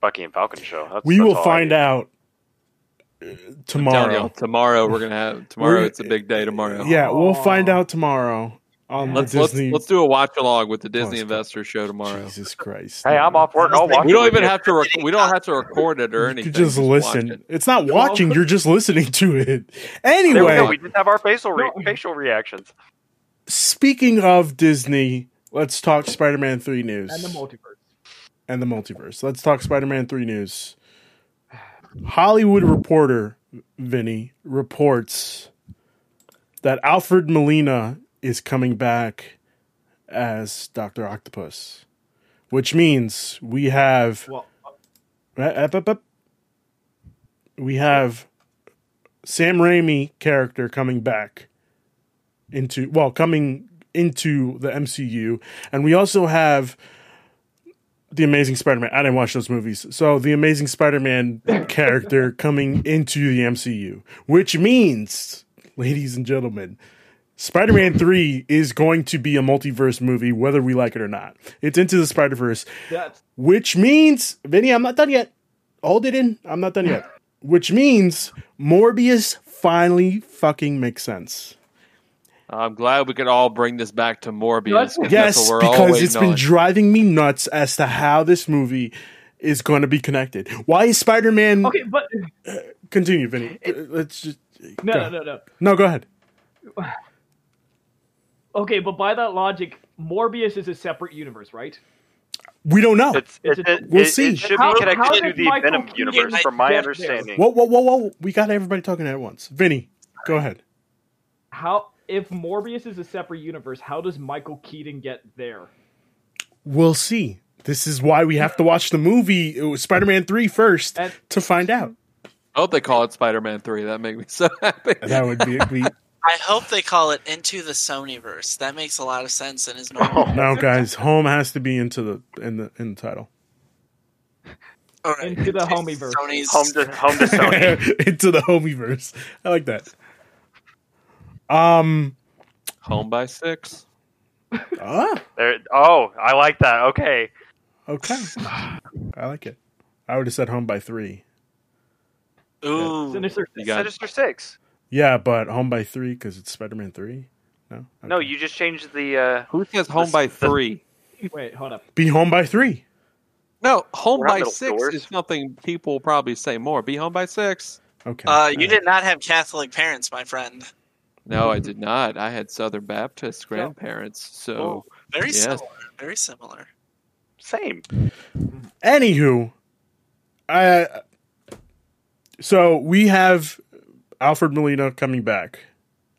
S4: Bucky and Falcon show. That's,
S1: We
S4: that's
S1: will
S4: all I
S1: find
S4: need.
S1: out uh,
S5: I'm telling
S1: tomorrow.
S5: y'all, tomorrow we're gonna have tomorrow.
S1: We're-
S5: it's a big day tomorrow.
S1: Yeah, we'll find
S2: Aw.
S1: out tomorrow on
S5: Let's
S1: the
S5: let's,
S1: Disney.
S5: let's do a watch along with the Disney
S1: Plus.
S5: Investor Show tomorrow.
S1: Jesus Christ!
S4: Hey, I'm off work. I'll watch.
S5: We
S4: it
S5: don't
S4: with
S5: even
S4: you.
S5: have to. Rec- we don't have to record it or
S1: You
S5: anything.
S1: could just
S5: watch
S1: listen.
S5: it.
S1: it's not
S2: Well-
S1: watching. You're just listening to it.
S4: [laughs] There we
S1: Anyway,
S4: go. We didn't have our facial re-
S2: No.
S1: [laughs]
S4: facial reactions.
S1: speaking of Disney, let's talk Spider-Man Three news
S2: and the multiverse.
S1: and the multiverse. Let's talk Spider-Man 3 news. Hollywood Reporter Vinny reports that Alfred Molina is coming back as Dr. Octopus, which means we have
S2: Well,
S1: Up, up, up. we have Sam Raimi character coming back into well coming into the MCU and we also have the Amazing Spider-Man. I didn't watch those movies. So the Amazing Spider-Man character coming into the MCU, which means ladies and gentlemen, Spider Man 3 is going to be a multiverse movie, whether we like it or not. It's into the Spider Verse,
S2: that's
S1: which means, Vinny, I'm not done yet. Hold it in. I'm not done yet. Which means Morbius finally fucking makes sense.
S5: I'm glad we could all bring this back to Morbius. 'cause that's
S1: Yes,
S5: what we're all
S1: because
S5: waiting
S1: it's been
S5: on.
S1: driving me nuts as to how this movie is going to be connected. Why is Spider Man.
S2: okay, but
S1: Continue, Vinny. Uh, Let's just.
S2: no,
S1: go.
S2: no, no, no.
S1: No, go ahead.
S2: Okay, but by that logic, Morbius is a separate universe, right?
S1: We don't know.
S4: It's,
S2: Is
S4: it,
S2: it-
S4: it,
S1: We'll
S4: it-
S1: see.
S4: It should
S2: How-
S4: be
S2: how
S4: connected to
S2: did
S4: the
S2: Michael
S4: Venom
S2: Keaton
S4: universe,
S3: get
S4: from my
S2: there?
S4: understanding.
S1: Whoa, whoa, whoa, whoa. We got everybody talking at once. Vinny, go ahead.
S2: How if Morbius is a separate universe, how does Michael Keaton get there?
S1: We'll see. This is why we have to watch the movie Spider Man 3 first
S2: And-
S1: to find out.
S5: I hope they call it Spider-Man Three. That made me [laughs] so happy.
S1: That would be. be
S3: I hope they call it Into the Sonyverse. That makes a lot of sense and is
S4: [laughs]
S3: normal.
S4: Oh,
S1: no, guys, home has to be into the in the in the title.
S3: All right.
S2: Into the
S3: Into
S2: homieverse.
S3: Sony's-
S4: home to home
S1: [laughs]
S4: to Sony.
S1: into the homieverse. I like that. Um.
S5: Home by six.
S1: Ah.
S4: There, oh, I like that. Okay,
S1: Okay. I like it. I would have said home by three.
S3: Ooh.
S2: Sinister.
S5: You got
S4: Sinister Six.
S1: Yeah, but home by three because it's Spider Man three. No. Okay.
S4: No, you just changed the. Uh,
S5: who says home by
S4: The-
S5: three?
S2: Wait, hold up.
S1: be home by three.
S5: No, home
S4: We're not
S5: by
S4: middle
S5: six
S4: schoolers.
S5: is something people probably say more. Be home by six.
S1: Okay.
S3: Uh, you
S1: Alright.
S3: did not have Catholic parents, my friend.
S5: No, I did not. I had Southern Baptist grandparents,
S1: Oh.
S4: Oh.
S5: so
S3: Very
S5: Yes.
S3: similar. Very similar.
S4: same.
S1: Anywho, I so we have Alfred Molina coming back.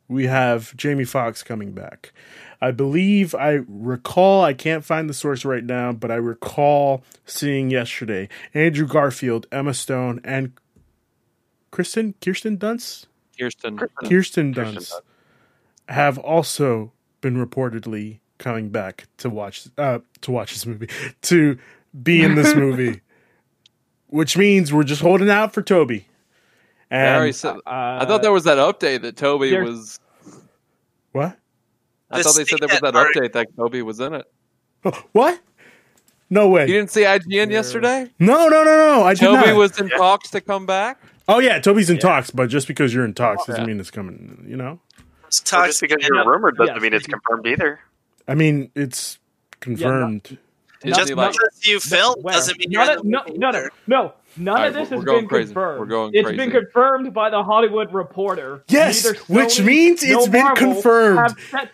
S1: We have Jamie Foxx coming back. I believe I recall, I can't find the source right now, but I recall seeing yesterday Andrew Garfield, Emma Stone, and Kristen, Kirsten Dunst?
S5: Kirsten. uh,
S1: Kirsten
S4: Kirsten
S1: Dunst have also been reportedly coming back to watch uh, to watch this movie [laughs] to be in
S5: [laughs]
S1: this movie, which means we're just holding out for Toby.
S5: They
S1: And
S5: already said-
S2: Uh,
S5: I thought there was that update that Toby
S2: there-
S5: was.
S1: what?
S5: I
S3: This
S5: thought they said there was
S3: thing
S5: that
S3: that already-
S5: update that Toby was in it.
S1: Oh, What? No way.
S5: You didn't see IGN yesterday?
S1: No, no, no, no. I did
S5: Toby
S1: not.
S5: was in
S3: Yeah.
S5: talks to come back.
S1: oh yeah, Toby's in talks, but just because you're in talks doesn't
S5: yeah.
S1: mean it's coming. You know,
S3: It's
S4: Well,
S3: toxic
S4: just because
S3: enough.
S4: you're rumored doesn't
S2: yes,
S4: mean it's
S2: because-
S1: [laughs]
S4: confirmed either.
S1: I mean it's confirmed.
S5: Is
S2: Just
S5: he
S3: Just
S5: like,
S3: because you film
S2: Where?
S3: doesn't mean you're
S2: none
S3: in
S2: of,
S3: the
S2: no,
S3: movie
S2: no, no,
S3: either.
S2: no. None
S5: All right,
S2: of this
S5: we're
S2: has
S5: going
S2: been
S5: crazy.
S2: confirmed.
S5: We're going
S2: It's
S5: crazy.
S2: been confirmed by the Hollywood Reporter.
S1: Yes,
S2: Neither
S1: which
S2: Sony
S1: means
S2: nor
S1: it's been
S2: Marvel
S1: confirmed.
S2: have set-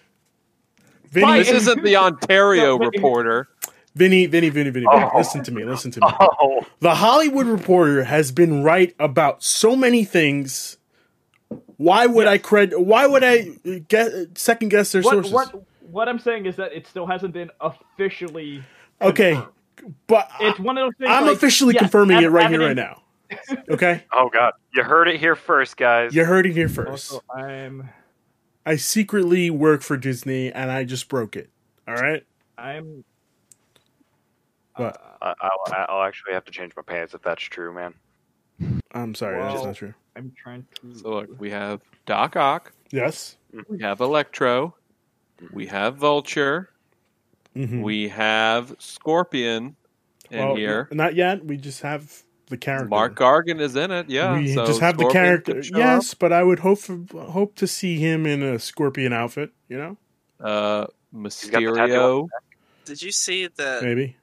S1: Vinny,
S5: this isn't
S1: [laughs]
S5: the Ontario reporter.
S1: Vinny, Vinny, Vinny, Vinny, Vinny.
S4: Oh.
S1: Listen to me. Listen to me.
S4: Oh,
S1: The Hollywood Reporter has been right about so many things. Why would I cred? Why would I get second guess their
S2: What,
S1: sources?
S2: what, what I'm saying is that it still hasn't been officially.
S1: okay, but I,
S2: It's one of those things.
S1: am
S2: like,
S1: officially
S2: yes,
S1: confirming
S2: ev-
S1: it right here, right
S2: evidence-
S1: now. Okay,
S4: oh god, you heard it here first, guys.
S1: you heard it here first.
S2: Also, I'm,
S1: I secretly work for Disney, and I just broke it. All right.
S2: I'm.
S1: What?
S4: I, I'll, I'll actually have to change my pants if that's true, man.
S1: I'm sorry, that's
S2: Wow.
S1: not true.
S2: I'm trying to.
S5: So look, we have Doc Ock,
S1: Yes.
S5: we have Electro, we have Vulture,
S1: Mhm.
S5: we have Scorpion in
S1: Well,
S5: here.
S1: Not yet. We just have the character.
S5: Mark Gargan is in it. Yeah,
S1: we
S5: so
S1: just have the
S5: Scorpion
S1: character.
S5: could show up.
S1: Yes, but I would hope hope to see him in a scorpion outfit. You know,
S5: Uh,
S4: got the
S5: Mysterio,
S4: tattoo
S3: Did you see
S5: Uh,
S3: that
S1: maybe.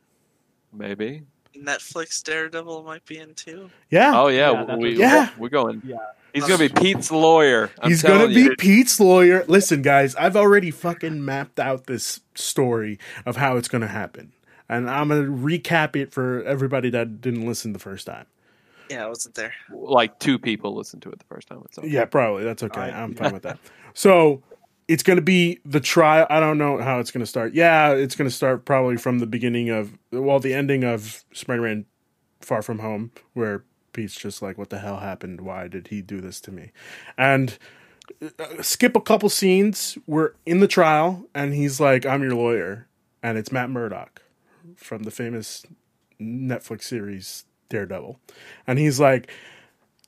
S5: maybe.
S3: Netflix Daredevil might be in too?
S1: Yeah,
S5: Oh yeah,
S2: Yeah, that's
S5: we
S2: what-
S1: Yeah.
S5: we're going.
S2: Yeah.
S5: He's gonna be Pete's lawyer. I'm
S1: he's gonna
S5: telling
S1: be
S5: you.
S1: Pete's lawyer. Listen, guys, I've already fucking mapped out this story of how it's gonna happen, and I'm gonna recap it for everybody that didn't listen the first time.
S3: Yeah, I wasn't there.
S5: like two people listened to it the first time. It's okay.
S1: Yeah, probably. That's okay.
S2: I-
S1: I'm fine with that. So it's going to be the trial. I don't know how it's going to start. Yeah, it's going to start probably from the beginning of, well, the ending of Spider-Man Far From Home, where Pete's just like, "What the hell happened? Why did he do this to me?" And uh, skip a couple scenes. We're in the trial, and he's like, "I'm your lawyer," and it's Matt Murdock from the famous Netflix series Daredevil, and he's like.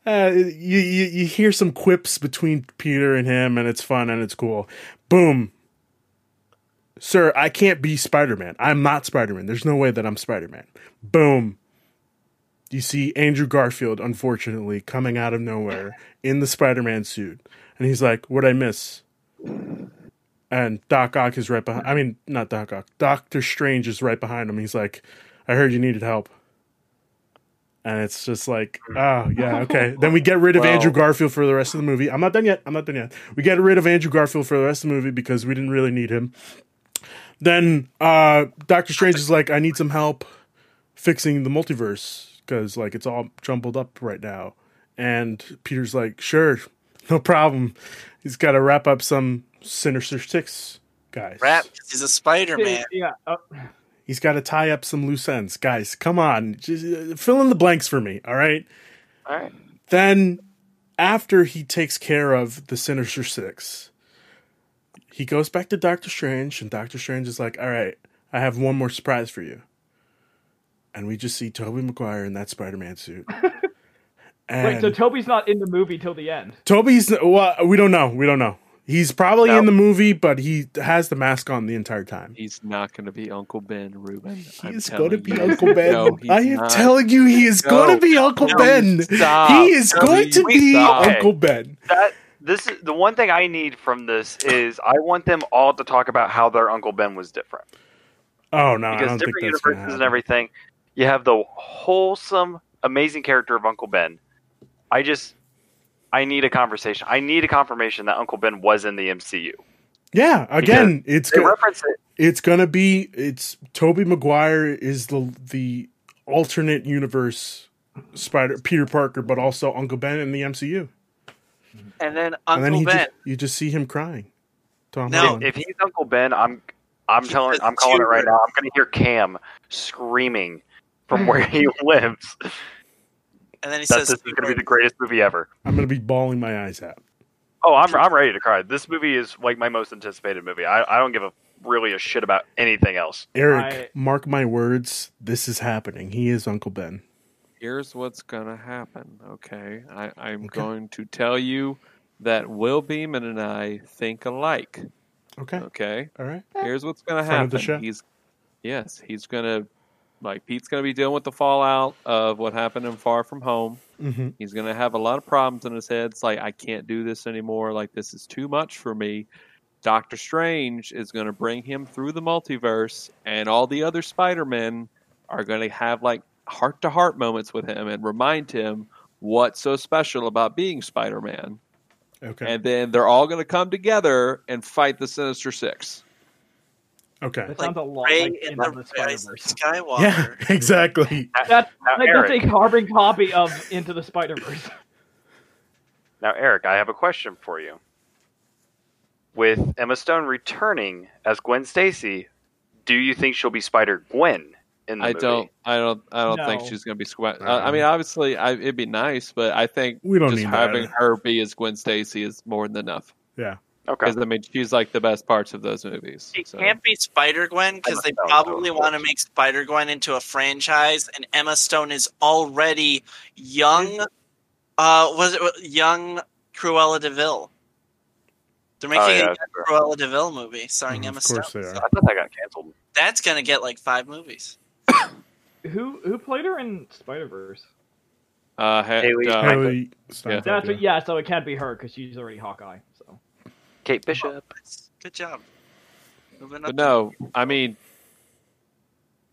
S1: Uh, you, you you hear some quips between Peter and him, and it's fun and it's cool. Boom, sir, I can't be Spider Man. I'm not Spider Man. There's no way that I'm Spider Man. Boom. You see Andrew Garfield, unfortunately, coming out of nowhere in the Spider Man suit. And he's like, What'd I miss? And Doc Ock is right behind. I mean, not Doc Ock. Doctor Strange is right behind him. He's like, I heard you needed help. And it's just like, oh, yeah, okay. Then we get rid of
S5: Wow.
S1: Andrew Garfield for the rest of the movie. I'm not done yet. I'm not done yet. We get rid of Andrew Garfield for the rest of the movie because we didn't really need him then uh Doctor Strange is like, I need some help fixing the multiverse because like it's all jumbled up right now. And Peter's like, sure, no problem. He's got to wrap up some Sinister Six guys.
S4: Wrap.
S3: He's a Spider Man.
S2: Yeah. Uh,
S1: He's got to tie up some loose ends, guys. Come on, just uh, fill in the blanks for me. All right.
S4: All right.
S1: then after he takes care of the Sinister Six, he goes back to Doctor Strange, and Doctor Strange is like, All right, I have one more surprise for you. And we just see Toby Maguire in that Spider Man suit.
S2: wait,
S1: and
S2: so Toby's not in the movie till the end.
S1: Toby's, well, we don't know. We don't know. He's probably
S4: No.
S1: in the movie, but he has the mask on the entire time.
S5: He's not going to be Uncle Ben Rubin. I'm
S1: He's
S5: telling
S1: going to be
S5: you.
S1: Uncle Ben.
S5: No, he's
S1: I am
S5: not.
S1: telling you, he is
S5: No.
S1: going to be Uncle
S5: No,
S1: Ben.
S5: stop.
S1: He is
S5: No,
S1: going to
S5: please
S1: be
S5: stop.
S1: Uncle Ben.
S4: That this is the one thing I need from this is I want them all to talk about how their Uncle Ben was different
S1: Oh, no. I
S4: because
S1: don't think
S4: different
S1: that's gonna
S4: universes and
S1: happen.
S4: everything. You have the wholesome, amazing character of Uncle Ben. I just I need a conversation. I need a confirmation that Uncle Ben was in the MCU.
S1: Yeah, again, it's
S4: They
S1: go-
S4: reference it.
S1: it's gonna be it's Toby Maguire is the the alternate universe Spider Peter Parker, but also Uncle Ben in the MCU.
S3: and then
S1: and
S3: Uncle
S1: then he
S3: Ben.
S1: just, you just see him crying. Tom
S3: No.
S1: Holland.
S4: If he's Uncle Ben, I'm I'm
S3: He's
S4: telling
S3: a
S4: I'm calling it right
S3: tutor.
S4: now. I'm gonna hear Cam screaming
S1: Mm.
S4: from where he [laughs] lives.
S3: and then he
S4: That
S3: says,
S4: this is gonna be the greatest movie ever.
S1: I'm gonna be bawling my eyes out.
S4: Oh, I'm I'm ready to cry. This movie is like my most anticipated movie. I, I don't give a really a shit about anything else.
S1: Eric,
S2: I-
S1: mark my words. This is happening. He is Uncle Ben.
S5: here's what's gonna happen. Okay, I, I'm
S1: Okay.
S5: going to tell you that Will Beeman and I think alike.
S1: Okay.
S5: Okay,
S1: All right.
S5: here's what's gonna
S1: Friend
S5: happen.
S1: Eh, of the show.
S5: He's yes, he's gonna like Pete's gonna be dealing with the fallout of what happened in Far From Home.
S1: Mm-hmm.
S5: He's gonna have a lot of problems in his head. It's like I can't do this anymore. Like this is too much for me. Doctor Strange is gonna bring him through the multiverse, and all the other Spider Men are gonna have like heart to heart moments with him and remind him what's so special about being Spider Man.
S1: Okay.
S5: And then they're all gonna come together and fight the Sinister Six.
S1: okay.
S2: That sounds a lot
S3: Ray
S2: like
S3: in
S2: Into
S3: the,
S2: the Spider [laughs]
S3: Rising
S2: Verse.
S3: Skywalker.
S1: [laughs] Yeah. [laughs] Exactly.
S2: That's,
S4: Now,
S2: like, that's
S4: Eric.
S2: a carbon copy of Into the Spider Verse.
S4: Now, Eric, I have a question for you. With Emma Stone returning as Gwen Stacy, do you think she'll be Spider Gwen in the
S5: I
S4: movie? Uh-huh.
S5: don't, I don't, I don't think
S2: No.
S5: she's gonna be squat.
S1: Uh-uh.
S5: I mean, obviously, I, it'd be nice, but I think
S1: We don't
S5: just
S1: need
S5: having
S1: that.
S5: her be as Gwen Stacy is more than enough.
S4: Okay.
S5: Because I mean, she's like the best parts of those movies.
S3: She
S5: so.
S3: can't be Spider Gwen because they
S4: Emma Stone,
S3: probably
S4: of
S3: want to
S4: course.
S3: make Spider Gwen into a franchise, and Emma Stone is already young. Uh, was it young Cruella Deville? They're making
S4: Oh, yeah,
S3: a young Cruella Deville movie starring
S1: Mhm,
S3: Emma
S1: of course
S3: Stone.
S1: they are.
S3: So
S4: I thought that got canceled.
S3: that's gonna get like five movies.
S2: [laughs] Who who played her in Spider Verse?
S5: Uh, ha-
S4: Haley-
S5: uh,
S4: Haley-
S1: Haley Steinfeld,
S2: That's
S1: yeah.
S2: what, yeah. So it can't be her because she's already Hawkeye. So
S4: Kate Bishop.
S3: Good job. Moving
S5: but
S3: up.
S5: no, I mean,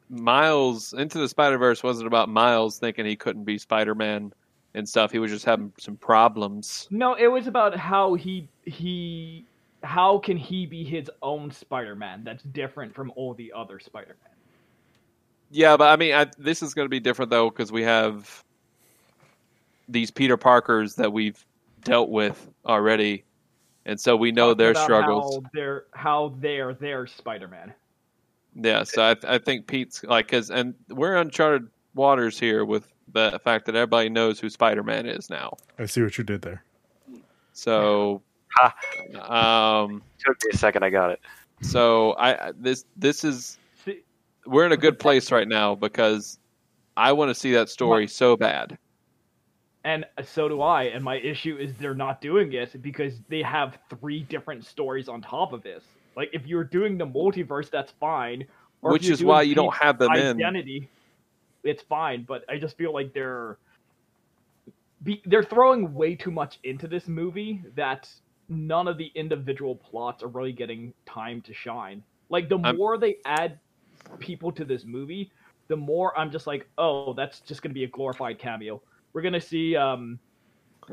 S5: Miles into the Spider Verse wasn't about Miles thinking he couldn't be Spider Man and stuff. He was just having some problems.
S2: no, it was about how he he how can he be his own Spider Man that's different from all the other Spider Man.
S5: Yeah, but I mean, I, this is going to be different though because we have these Peter Parkers that we've dealt with already, and so we
S3: Oh,
S5: know their struggles.
S2: How they're how they're their Spider Man.
S5: Yeah, so I, th- I think Pete's like because and we're uncharted waters here with the fact that everybody knows who Spider Man is now.
S1: I see what you did there.
S5: So, [laughs] um,
S4: Took me a second. I got it.
S5: so I I- this this is we're in a good place right now because I want to see that story so bad.
S2: And so do I. And my issue is they're not doing it because they have three different stories on top of this. Like if you're doing the multiverse, that's fine. Or if
S5: Which
S2: you're
S5: is why
S2: doing
S5: you don't
S2: Pete's
S5: have them in.
S2: identity. It's fine, but I just feel like they're be, they're throwing way too much into this movie that none of the individual plots are really getting time to shine. Like the
S5: I'm-
S2: more they add people to this movie, the more I'm just like, oh, that's just gonna be a glorified cameo. We're gonna see um,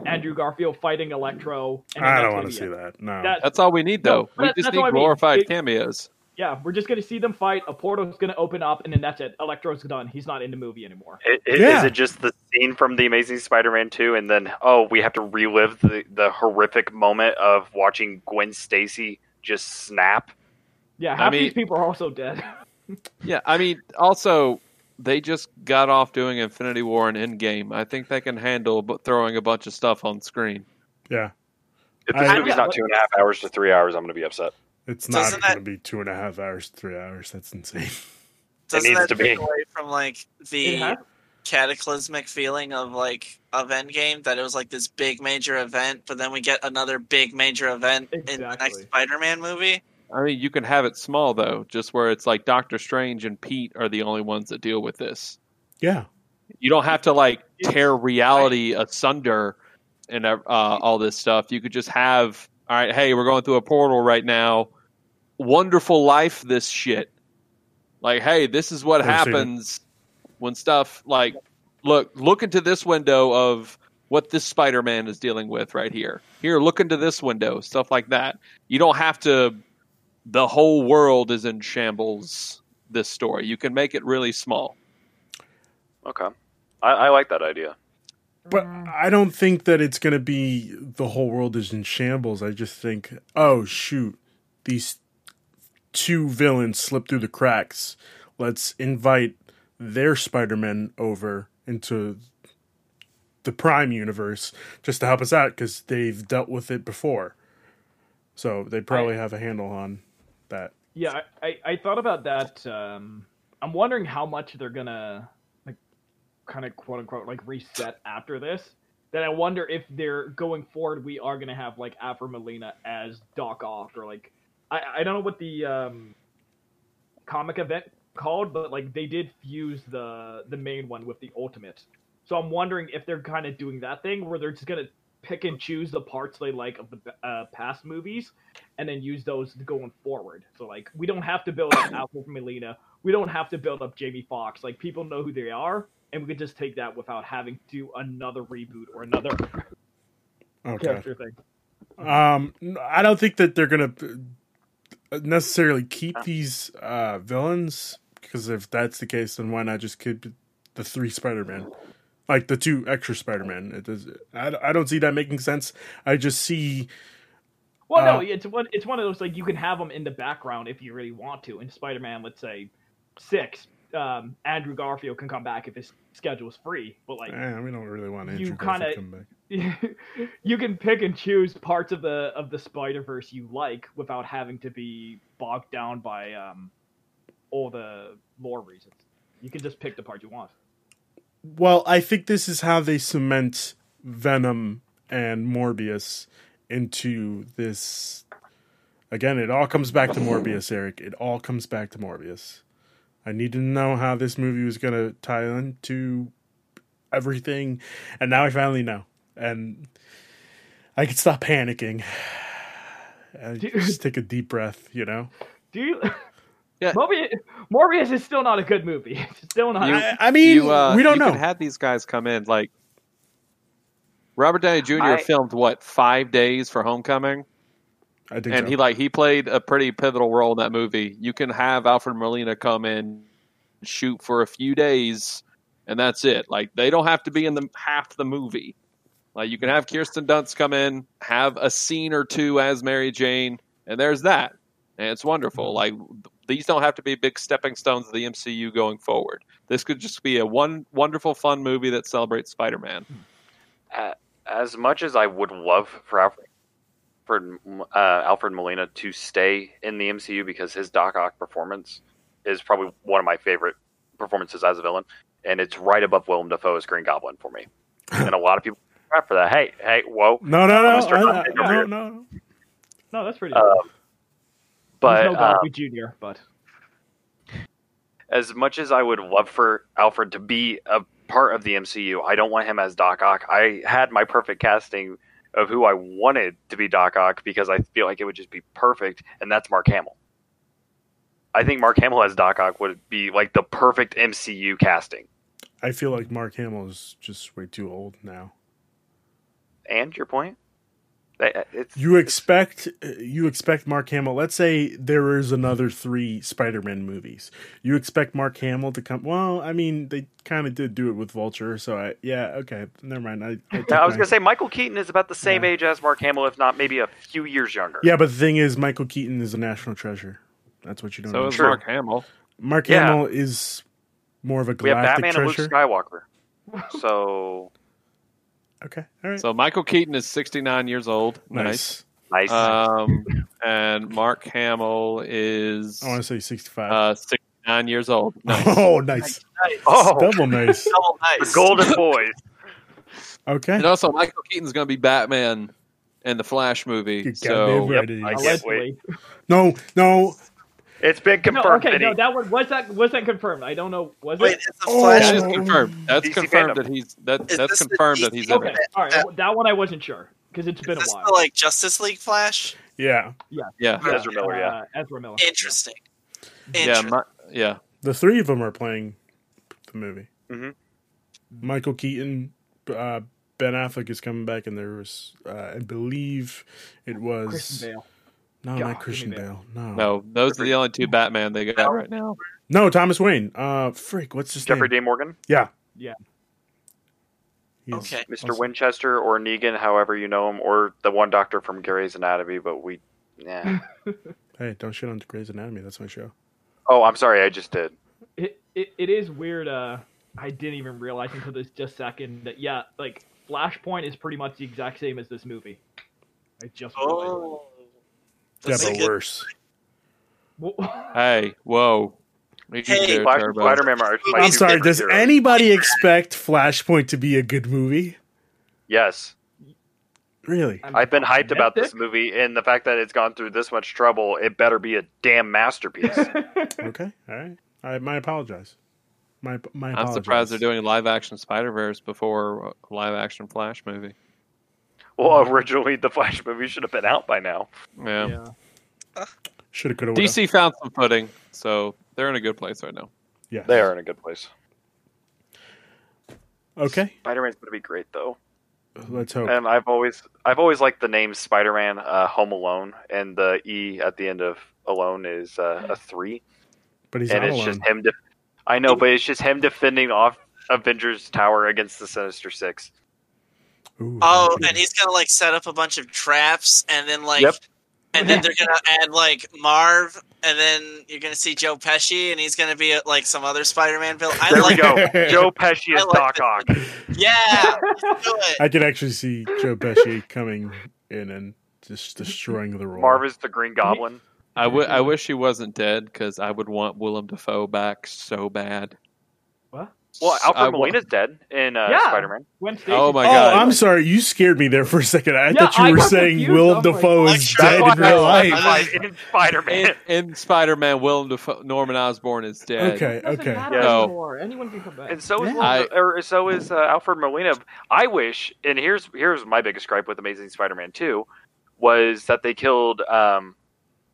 S2: Andrew Garfield fighting Electro. And
S1: I
S2: that's
S1: don't
S2: gonna
S1: want to
S2: be
S1: see
S2: it.
S1: that. No.
S2: That-
S5: That's all we need
S2: No,
S5: though. we
S2: that-
S5: just
S2: that's what I
S5: need
S2: mean.
S5: glorified
S2: It-
S5: cameos.
S2: Yeah, we're just gonna see them fight. A portal's gonna open up, and then that's it. Electro's done. He's not in the movie anymore.
S4: I- i- Is
S1: Yeah.
S4: it just the scene from The Amazing Spider-Man 2, and then oh, we have to relive the, the horrific moment of watching Gwen Stacy just snap?
S2: Yeah,
S5: I
S2: half
S5: mean-
S2: these people are also dead. [laughs]
S5: Yeah, I mean, also they just got off doing Infinity War and Endgame. I think they can handle but throwing a bunch of stuff on screen.
S1: yeah.
S4: If
S1: I-
S4: this movie's not two and a half hours to three hours, I'm going to be upset.
S1: It's
S3: So
S1: not
S3: isn't
S1: going to
S3: that-
S1: be two and a half hours, three hours. That's insane. [laughs]
S3: Doesn't
S4: needs
S3: that
S4: to
S3: take
S4: be.
S3: away from like the
S2: It has-
S3: cataclysmic feeling of like of Endgame that it was like this big major event, but then we get another big major event in the next
S2: Exactly.
S3: Spider-Man movie.
S5: I mean, you can have it small though, just where it's like Doctor Strange and Pete are the only ones that deal with this.
S1: Yeah.
S5: You don't have to like tear reality asunder and uh, all this stuff. You could just have, all right, hey, we're going through a portal right now. Wonderful life, this shit. Like, hey, this is what
S1: Never seen it.
S5: happens when stuff like look look into this window of what this Spider-Man is dealing with right here. Here, look into this window, stuff like that. You don't have to. The whole world is in shambles. This story, you can make it really small.
S4: Okay, I, I like that idea.
S1: But I don't think that it's going to be the whole world is in shambles. I just think, oh shoot, these two villains slipped through the cracks. Let's invite their Spider-Man over into the Prime universe just to help us out because they've dealt with it before. So they probably have a handle on that.
S2: Yeah, I, I, I thought about that. Um, I'm wondering how much they're gonna like kind of quote unquote like reset after this. Then I wonder if they're going forward. We are gonna have like Afro Molina as Doc Ock or like I I don't know what the um, comic event called, but like they did fuse the the main one with the Ultimate. So I'm wondering if they're kind of doing that thing where they're just gonna pick and choose the parts they like of the uh, past movies and then use those going forward. So like we don't have to build up [coughs] Alfred Molina. We don't have to build up Jamie Fox. Like people know who they are, and we could just take that without having to do another reboot or another
S1: Okay.
S2: character thing.
S1: Um, I don't think that they're gonna uh, necessarily keep these uh, villains because if that's the case, then why not just keep the three Spider-Man, like the two extra Spider-Man? It does. I, I don't see that making sense. I just see
S2: Well,
S1: Uh,
S2: no, it's one. It's one of those like you can have them in the background if you really want to. In Spider-Man, let's say six, um, Andrew Garfield can come back if his schedule is free. But like,
S1: Eh, we don't really want
S2: You
S1: Andrew
S2: kinda-
S1: Garfield to come back.
S2: you can pick and choose parts of the of the Spider Verse you like without having to be bogged down by um, all the lore reasons. You can just pick the part you want.
S1: Well, I think this is how they cement Venom and Morbius into this. Again, it all comes back to Morbius, Eric. It all comes back to Morbius. I need to know how this movie was going to tie into everything, and now I finally know. And I can stop panicking. [sighs] I
S2: Dude.
S1: just take a deep breath, you know.
S2: Do you?
S5: [laughs] Yeah.
S2: Morbius, Morbius is still not a good movie. [laughs] It's still not.
S5: You-
S1: I, I mean,
S5: you, uh,
S1: we don't
S5: you
S1: know.
S5: Could have these guys come in like Robert Downey Jr.
S4: I-
S5: filmed what five days for Homecoming,
S1: I think
S5: and
S1: so.
S5: he like he played a pretty pivotal role in that movie. You can have Alfred Molina come in, shoot for a few days, and that's it. Like they don't have to be in the half the movie. Like you can have Kirsten Dunst come in, have a scene or two as Mary Jane, and there's that, and it's wonderful.
S1: Mm-hmm.
S5: Like these don't have to be big stepping stones of the MCU going forward. This could just be a one wonderful, fun movie that celebrates Spider-Man.
S4: as much as I would love for Alfred, for, uh, Alfred Molina to stay in the MCU because his Doc Ock performance is probably one of my favorite performances as a villain, and it's right above Willem Dafoe's Green Goblin for me. and a lot of people crap for that. Hey, hey, whoa!
S1: no, no, no,
S4: Mr.
S1: I- I-
S4: Hyde
S1: no,
S4: over
S1: no.
S2: No, that's pretty.
S4: Uh,
S2: good.
S4: But
S2: There's no
S4: uh,
S2: Garfield Junior, but
S4: as much as I would love for Alfred to be a part of the MCU, I don't want him as Doc Ock. I had my perfect casting of who I wanted to be Doc Ock because I feel like it would just be perfect, and that's Mark Hamill. I think Mark Hamill as Doc Ock would be like the perfect MCU casting.
S1: I feel like Mark Hamill is just way too old now.
S4: And your point? That- It's
S1: you expect you expect Mark Hamill. Let's say there is another three Spider-Man movies. You expect Mark Hamill to come. Well, I mean, they kind of did do it with Vulture, so I yeah, okay, never mind. I, I, take
S4: now, [laughs] I was
S1: my-
S4: gonna say Michael Keaton is about the same
S1: Yeah.
S4: age as Mark Hamill, if not maybe a few years younger.
S1: yeah, but the thing is, Michael Keaton is a national treasure. That's what you don't.
S5: So
S1: know.
S5: is
S4: True.
S5: Mark Hamill.
S1: Mark
S4: Yeah.
S1: Hamill is more of a
S4: we have
S1: galactic
S4: Batman and Luke
S1: treasure.
S4: Skywalker. So
S1: Okay, all right,
S5: So Michael Keaton is 69 years old.
S1: nice.
S4: nice.
S5: Um, and Mark Hamill is
S1: I want to say sixty-five. [laughs]
S5: uh, 69 years old. Nice.
S1: Oh, nice,
S3: Nice.
S4: oh,
S1: double
S4: [laughs]
S1: nice.
S3: Double
S4: the
S1: [laughs]
S3: nice.
S4: Golden Boys.
S1: Okay,
S5: And also, Michael Keaton's going to be Batman in the Flash movie.
S1: You
S5: so
S1: goddamn right it
S4: I
S1: is.
S4: guess.
S2: allegedly.
S1: no, no.
S4: It's been
S2: No,
S4: confirmed.
S2: okay,
S4: that he-
S2: no, that one was that was that confirmed. I don't know. Was
S3: Wait,
S2: it?
S3: it's a
S1: Oh.
S5: that
S3: flash.
S5: is confirmed. That's
S4: DC
S5: confirmed
S4: fandom.
S5: that he's that,
S3: Is
S5: that's
S3: this the
S5: confirmed that he's in
S2: Okay,
S5: it.
S2: all right. well, that one I wasn't sure because it's been
S3: Is
S2: a
S3: this
S2: while.
S3: the, like Justice League Flash?
S1: Yeah,
S5: Yeah,
S4: Yeah. Ezra Miller, yeah.
S2: Uh, Ezra Miller.
S3: Interesting.
S5: yeah,
S3: Interesting.
S5: my, yeah.
S1: the three of them are playing the movie.
S4: Mhm.
S2: Mm-hmm.
S1: Michael Keaton, uh, Ben Affleck is coming back, and there was, uh, I believe, it was
S2: Kristen Bale.
S1: no,
S2: God,
S1: not Christian
S2: give me
S1: Bale. No. no,
S5: No, those are the only two Batman they got right now.
S1: Thomas Wayne. Uh, freak, what's his
S4: Jeffrey
S1: name?
S4: Dean Morgan.
S1: Yeah,
S2: Yeah.
S1: He's
S3: Okay.
S4: Mr.
S1: awesome.
S4: Winchester or Negan, however you know him, or the one doctor from Grey's Anatomy, but we. Yeah.
S1: Hey, don't shit on Grey's Anatomy. That's my show.
S4: oh, I'm sorry, I just did.
S2: it, it, it is weird. Uh, I didn't even realize until this just second that yeah, like Flashpoint is pretty much the exact same as this movie. I just realized.
S3: Oh.
S1: Yeah,
S3: That's
S1: but
S3: a good-
S1: worse.
S2: Well,
S5: Hey, whoa. We can
S3: Hey,
S5: do it,
S4: Flash and
S5: Turbo.
S4: Spider-Man are my
S1: I'm
S4: two
S1: sorry.
S4: favorite
S1: Does
S4: heroes.
S1: anybody expect Flashpoint to be a good movie?
S4: Yes,
S1: Really?
S2: [laughs] I'm
S4: I've been hyped about this
S2: optimistic.
S4: movie, and the fact that it's gone through this much trouble, it better be a
S2: [laughs]
S4: damn masterpiece.
S1: Okay. All right. I my apologize. My my
S5: I'm
S1: apologies.
S5: surprised they're doing live action Spider Verse before a live action Flash movie.
S4: well, originally the Flash movie should have been out by now.
S1: Oh,
S5: Yeah.
S2: yeah.
S1: Should have could have.
S5: DC found some footing, so they're in a good place right now.
S1: Yeah.
S4: They are in a good place.
S1: Okay.
S4: Spider-Man's gonna be great though,
S1: Let's hope.
S4: and I've always I've always liked the name Spider-Man, uh, Home Alone, and the E at the end of Alone is uh, a three.
S1: But he's
S4: and
S1: not
S4: it's
S1: alone.
S4: just him. Def- I know, but it's just him defending off Avengers Tower against the Sinister Six.
S1: Ooh,
S3: Oh,
S1: yeah.
S3: and he's gonna like set up a bunch of traps, and then like,
S4: Yep.
S3: and then they're gonna add like Marv, and then you're gonna see Joe Pesci, and he's gonna be at, like some other Spider-Man villain. I
S4: There we
S3: like,
S4: go. Joe Pesci
S3: I
S4: is
S3: like
S4: Doc
S3: this.
S4: Ock.
S3: yeah, let's do it.
S1: I can actually see Joe Pesci coming in and just destroying the role.
S4: Marv is the Green Goblin.
S5: I, w- I wish he wasn't dead because I would want Willem Dafoe back so bad.
S2: What?
S4: Well,
S5: I wa-
S4: Alfred Molina's dead in uh,
S2: Yeah.
S4: Spider-Man.
S2: When Stacy-
S5: Oh my
S1: oh,
S5: god!
S1: I'm sorry. You scared me there for a second. I
S2: Yeah,
S1: thought you
S2: I
S1: were
S2: got
S1: saying
S2: confused.
S1: Willem
S2: I'm like-
S1: Dafoe is
S3: That's
S1: dead
S3: why
S1: in
S4: I
S1: real
S4: like
S1: life.
S4: Spider- in Spider-Man.
S5: in, in Spider-Man, Willem Dafoe, Norman Osborn is dead.
S1: Okay.
S2: Doesn't
S1: Okay.
S2: matter
S5: Yeah.
S2: anymore. Anyone can come back.
S4: And so
S1: Yeah.
S4: is Willem- or so is uh, Alfred Molina. I wish, and here's here's my biggest gripe with Amazing Spider-Man Two, was that they killed. Um,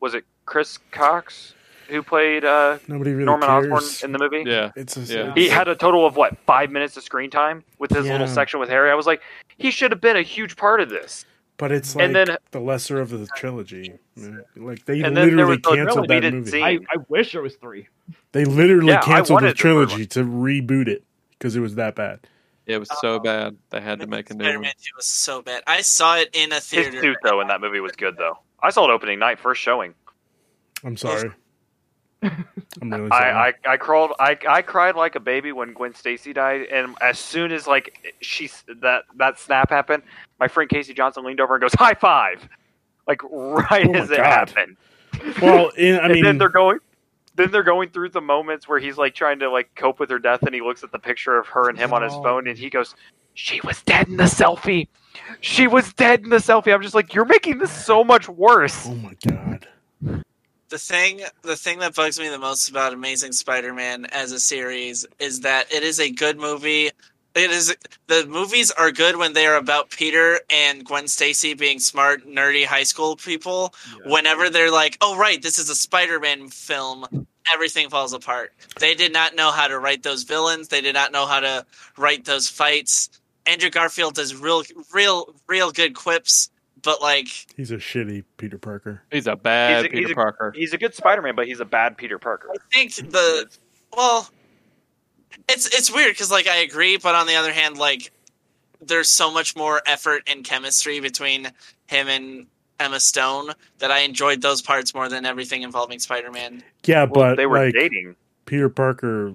S4: was it Chris Cox who played uh,
S1: Nobody really
S4: Norman
S1: cares.
S4: Osborn in the movie?
S5: Yeah.
S1: It's a,
S5: Yeah.
S4: He had a total of what five minutes of screen time with his
S1: Yeah.
S4: little section with Harry. I was like, he should have been a huge part of this.
S1: but it's like
S4: and then-
S1: the lesser of the trilogy. man. Like they
S4: And then
S1: literally
S4: there was the
S1: canceled that
S4: deleted
S1: movie.
S4: scene.
S2: I, I wish there was three.
S1: They literally
S4: Yeah, I
S1: canceled the
S4: wanted the third
S1: trilogy to reboot it because it was that bad.
S5: It was so
S4: Uh,
S5: bad they had to make a new one.
S3: Spider-Man Two was so bad. I saw it in a
S4: His
S3: theater.
S4: suit though in that movie was good though. I saw it opening night first showing.
S1: I'm sorry. I'm really sorry.
S4: I, I I crawled. I I cried like a baby when Gwen Stacy died, and as soon as like she that that snap happened, my friend Casey Johnson leaned over and goes high five, like right
S1: Oh my
S4: as it
S1: God.
S4: happened. [laughs]
S1: well, in, I
S4: and
S1: mean,
S4: then they're going. Then they're going through the moments where he's like trying to like cope with her death, and he looks at the picture of her and him on his
S2: No.
S4: phone, and he goes, "She was dead in the selfie. She was dead in the selfie." I'm just like, "You're making this so much worse."
S1: oh my god.
S3: The thing, the thing that bugs me the most about Amazing Spider-Man as a series is that it is a good movie. It is the movies are good when they are about Peter and Gwen Stacy being smart, nerdy high school people. Whenever they're like, "Oh right, this is a Spider-Man film," everything falls apart. They did not know how to write those villains. They did not know how to write those fights. Andrew Garfield does real, real, real good quips, but like
S1: He's a shitty Peter Parker.
S5: He's a bad
S4: He's a-
S5: Peter
S4: he's a-
S5: Parker.
S4: He's a good Spider-Man, but he's a bad Peter Parker.
S3: I think the well, it's it's weird because like I agree, but on the other hand, like there's so much more effort and chemistry between him and Emma Stone that I enjoyed those parts more than everything involving Spider-Man.
S1: Yeah,
S4: Well,
S1: but
S4: they were
S1: like
S4: dating.
S1: Peter Parker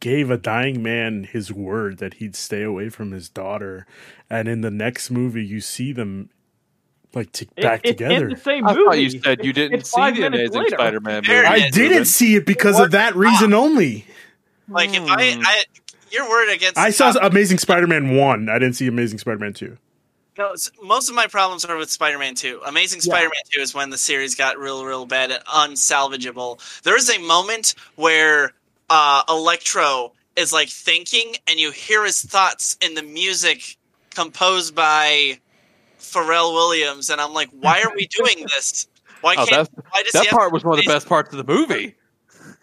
S1: gave a dying man his word that he'd stay away from his daughter, and in the next movie you see them like to,
S2: It-
S1: back
S2: it's
S1: together.
S2: In the same
S5: I
S2: movie.
S5: thought you said you
S2: It's-
S5: didn't
S2: it's
S5: see
S2: five
S5: the
S2: minutes
S5: Amazing
S2: later.
S5: Spider-Man
S3: There
S5: movie.
S3: it
S1: I
S3: is.
S1: didn't see it because of that
S4: Ah.
S1: reason only.
S3: Like if I, I your word against
S1: Hmm. I saw Amazing Spider-Man one. I didn't see Amazing Spider-Man two.
S3: No, s- most of my problems are with Spider-Man 2. Amazing
S2: Yeah.
S3: Spider-Man 2 is when the series got real, real bad and unsalvageable. There is a moment where uh, Electro is like thinking, and you hear his thoughts in the music composed by Pharrell Williams, and I'm like, why are we doing this? Why
S5: Oh,
S3: can't?
S5: that's,
S3: why does
S5: that
S3: he have-
S5: part was one of the best parts of the movie.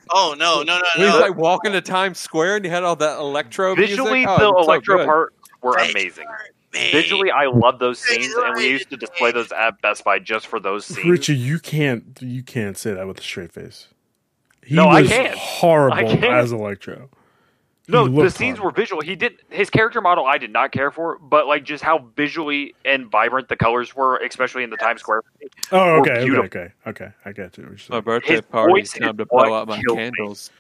S3: Oh no, no, no,
S5: When he's
S3: no!
S5: like walking to Times Square and you had all that electro
S4: Uh, Visually,
S5: music. Oh,
S4: the
S5: it's so
S4: electro
S5: good.
S4: parts were
S3: They
S4: amazing.
S3: hurt me.
S4: Visually, I love those
S3: They
S4: scenes, and we used to display those at Best Buy just for those scenes.
S1: Richie, you can't you can't say that with a straight face. He
S4: No, I
S1: was
S4: can't.
S1: horrible
S4: I can't.
S1: as Electro. He
S4: No, the
S1: looked
S4: scenes
S1: hard.
S4: were visual. He did his character model. I did not care for, but like just how visually and vibrant the colors were, especially in the Times Square.
S1: Oh,
S4: were
S1: okay, okay,
S4: beautiful.
S1: okay, okay. I got you. what you're
S5: My
S1: saying.
S5: birthday
S4: His
S5: party.
S4: voice
S5: It's time
S4: is
S5: to blow
S4: what
S5: out my
S4: killed me.
S5: candles.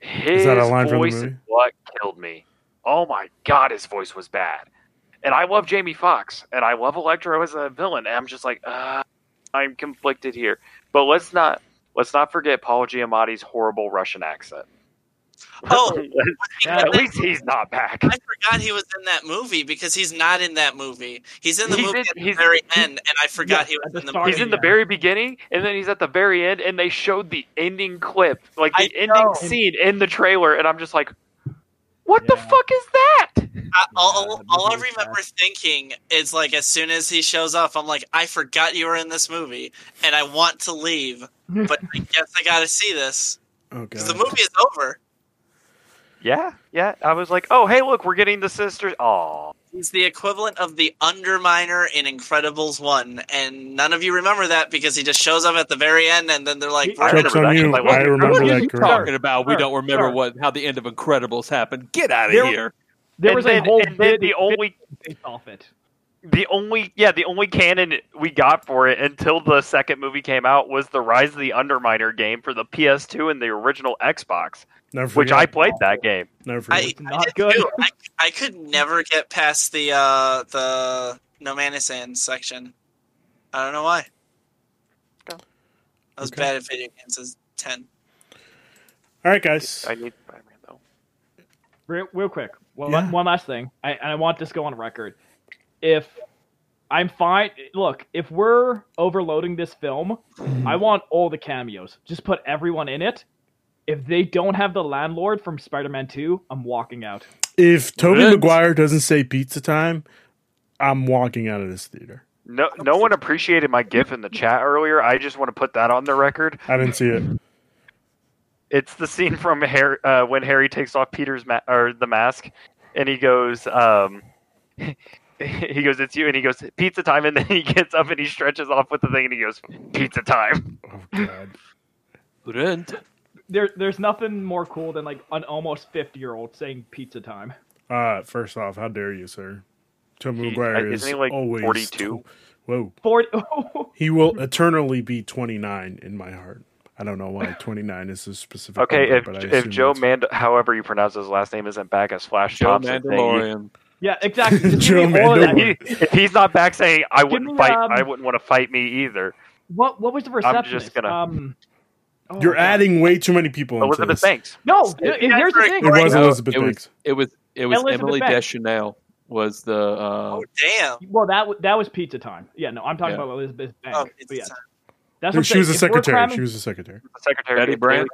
S4: His
S1: that a line from the
S4: voice
S1: movie?
S4: is what killed me. Oh my god, his voice was bad. And I love Jamie Foxx, and I love Electro as a villain. And I'm just like, uh, I'm conflicted here. But let's not let's not forget Paul Giamatti's horrible Russian accent.
S3: [laughs] Oh,
S2: Yeah.
S4: [laughs] at least he's
S3: [laughs]
S4: not back.
S3: I forgot he was in that movie because he's not in that movie. He's in the
S4: He's
S3: movie
S4: in-
S3: at the
S4: he's-
S3: very end, and I forgot
S2: Yeah,
S3: he was
S2: at the
S3: in the
S2: start.
S3: movie.
S4: He's in the very beginning, and then he's at the very end, and they showed the ending clip, like the
S3: I
S4: ending
S3: know.
S4: scene in the trailer, and I'm just like, what the
S2: Yeah.
S4: fuck is that?
S3: I, all,
S2: Yeah,
S3: all- all I
S2: maybe it's
S3: remember thinking is like as soon as he shows up, I'm like, I forgot you were in this movie, and I want
S2: [laughs]
S3: to leave, but I guess I got to see this
S1: Oh,
S3: because the
S1: God.
S3: movie is over.
S4: Yeah, yeah. I was like, oh, hey, look, we're getting the sisters. Aw.
S3: He's the equivalent of the Underminer in Incredibles One, and none of you remember that because he just shows up at the very end, and then they're like,
S2: He-
S3: "We're
S4: I
S1: Joke's
S4: remember
S1: on
S4: that.
S1: you.
S4: Like, what-
S1: I remember
S5: What are
S1: that
S5: you
S1: correct.
S5: talking about? We
S2: Sure,
S5: don't remember
S2: sure.
S5: what how the end of Incredibles happened. Get out of
S2: There-
S5: here.
S2: There
S4: and
S2: was
S4: then,
S2: a whole
S4: and then
S2: bit
S4: the only,
S2: based off it.
S4: the only, yeah, the only canon we got for it until the second movie came out was the Rise of the Underminer game for the PS2 and the original Xbox,
S1: Never forget.
S4: which I played that game.
S1: Never forget.
S3: I,
S2: Not
S3: I did
S2: good.
S3: too. I, I could never get past the uh, the No Man's Land section. I don't know why.
S4: Go.
S3: I was
S1: Okay.
S3: bad at video games as ten.
S1: All right, guys.
S4: I need Spider-Man though.
S2: Real, real quick, one,
S1: Yeah.
S2: one last thing, I, and I want this to go on record. If I'm fine, look, if we're overloading this film,
S1: Mm-hmm.
S2: I want all the cameos. Just put everyone in it. If they don't have the landlord from Spider-Man Two, I'm walking out.
S1: If Toby
S5: Vince.
S1: Maguire doesn't say pizza time, I'm walking out of this theater.
S4: No, no one appreciated my GIF in the chat earlier. I just want to put that on the record.
S1: I didn't see it.
S4: It's the scene from Harry uh, when Harry takes off Peter's ma- or the mask, and he goes, um, [laughs] he goes, "It's you," and he goes, "Pizza time," and then he gets up and he stretches off with the thing, and he goes, "Pizza time."
S1: Oh
S4: [laughs]
S1: God.
S5: Brent.
S2: There, there's nothing more cool than like an almost fifty-year-old saying pizza time.
S1: Uh, first off, how dare you, sir? Toby
S4: He-
S1: Maguire
S4: isn't
S1: is
S4: he, like,
S1: always
S4: 42?
S1: Whoa.
S2: Forty.
S1: He will eternally be 29 in my heart. I don't know why 29 is a specific.
S4: Okay,
S1: number,
S4: if
S1: but I
S4: if
S1: assume
S4: Joe
S1: it's-
S4: Mand, however you pronounce his last name, isn't back as Flash
S5: Joe
S4: Thompson, then you-
S5: Mandalorian.
S2: [laughs] yeah,
S1: [laughs]
S2: exactly. Just
S1: Joe
S2: give me all of that.
S1: Mandel-
S4: He- if he's not back saying I wouldn't
S2: me,
S4: fight,
S2: um,
S4: I wouldn't want to fight me either.
S2: What, what was the
S4: just
S2: receptionist?
S4: gonna-
S2: Um, oh
S1: you're
S2: my God.
S1: adding way too many people. into
S4: Elizabeth
S1: this.
S4: Banks.
S2: No, here's the thing.
S1: It was
S5: No,
S1: Elizabeth
S5: it was-
S1: Banks.
S5: It was it was
S2: Elizabeth
S5: Emily
S2: Banks.
S5: Deschanel was the uh,
S3: Oh damn!
S2: Well, that w- that was pizza time. Yeah, no, I'm talking
S5: Yeah.
S2: about Elizabeth Banks.
S3: Oh,
S2: but yeah,
S3: it's time.
S2: that's
S1: No,
S2: what
S1: she was a
S2: I'm saying. If we're
S1: secretary.
S2: cramming-
S1: She was a secretary.
S4: The secretary
S5: Betty
S4: of
S5: Brant.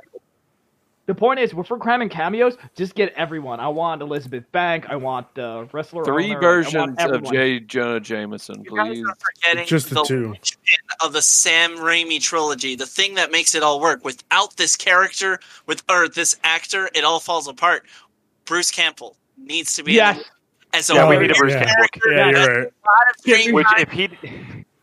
S2: The point is, if we're cramming cameos, just get everyone. I want Elizabeth Banks. I want the wrestler.
S5: three
S2: owner, I
S5: versions
S2: want
S5: of
S2: everyone.
S5: J. Jonah Jameson,
S3: You guys
S5: please.
S3: are forgetting
S1: Just the
S3: the
S1: two.
S3: linchpin of the Sam Raimi trilogy, the thing that makes it all work. Without this character, with or this actor, it all falls apart. Bruce Campbell needs to be
S2: Yes,
S3: in as a
S4: Yeah,
S1: we
S3: weird
S1: need a Bruce
S3: character.
S1: Campbell. Oh, Yeah,
S3: That's
S1: you're right.
S3: a lot of screen
S4: Which,
S3: time,
S4: if he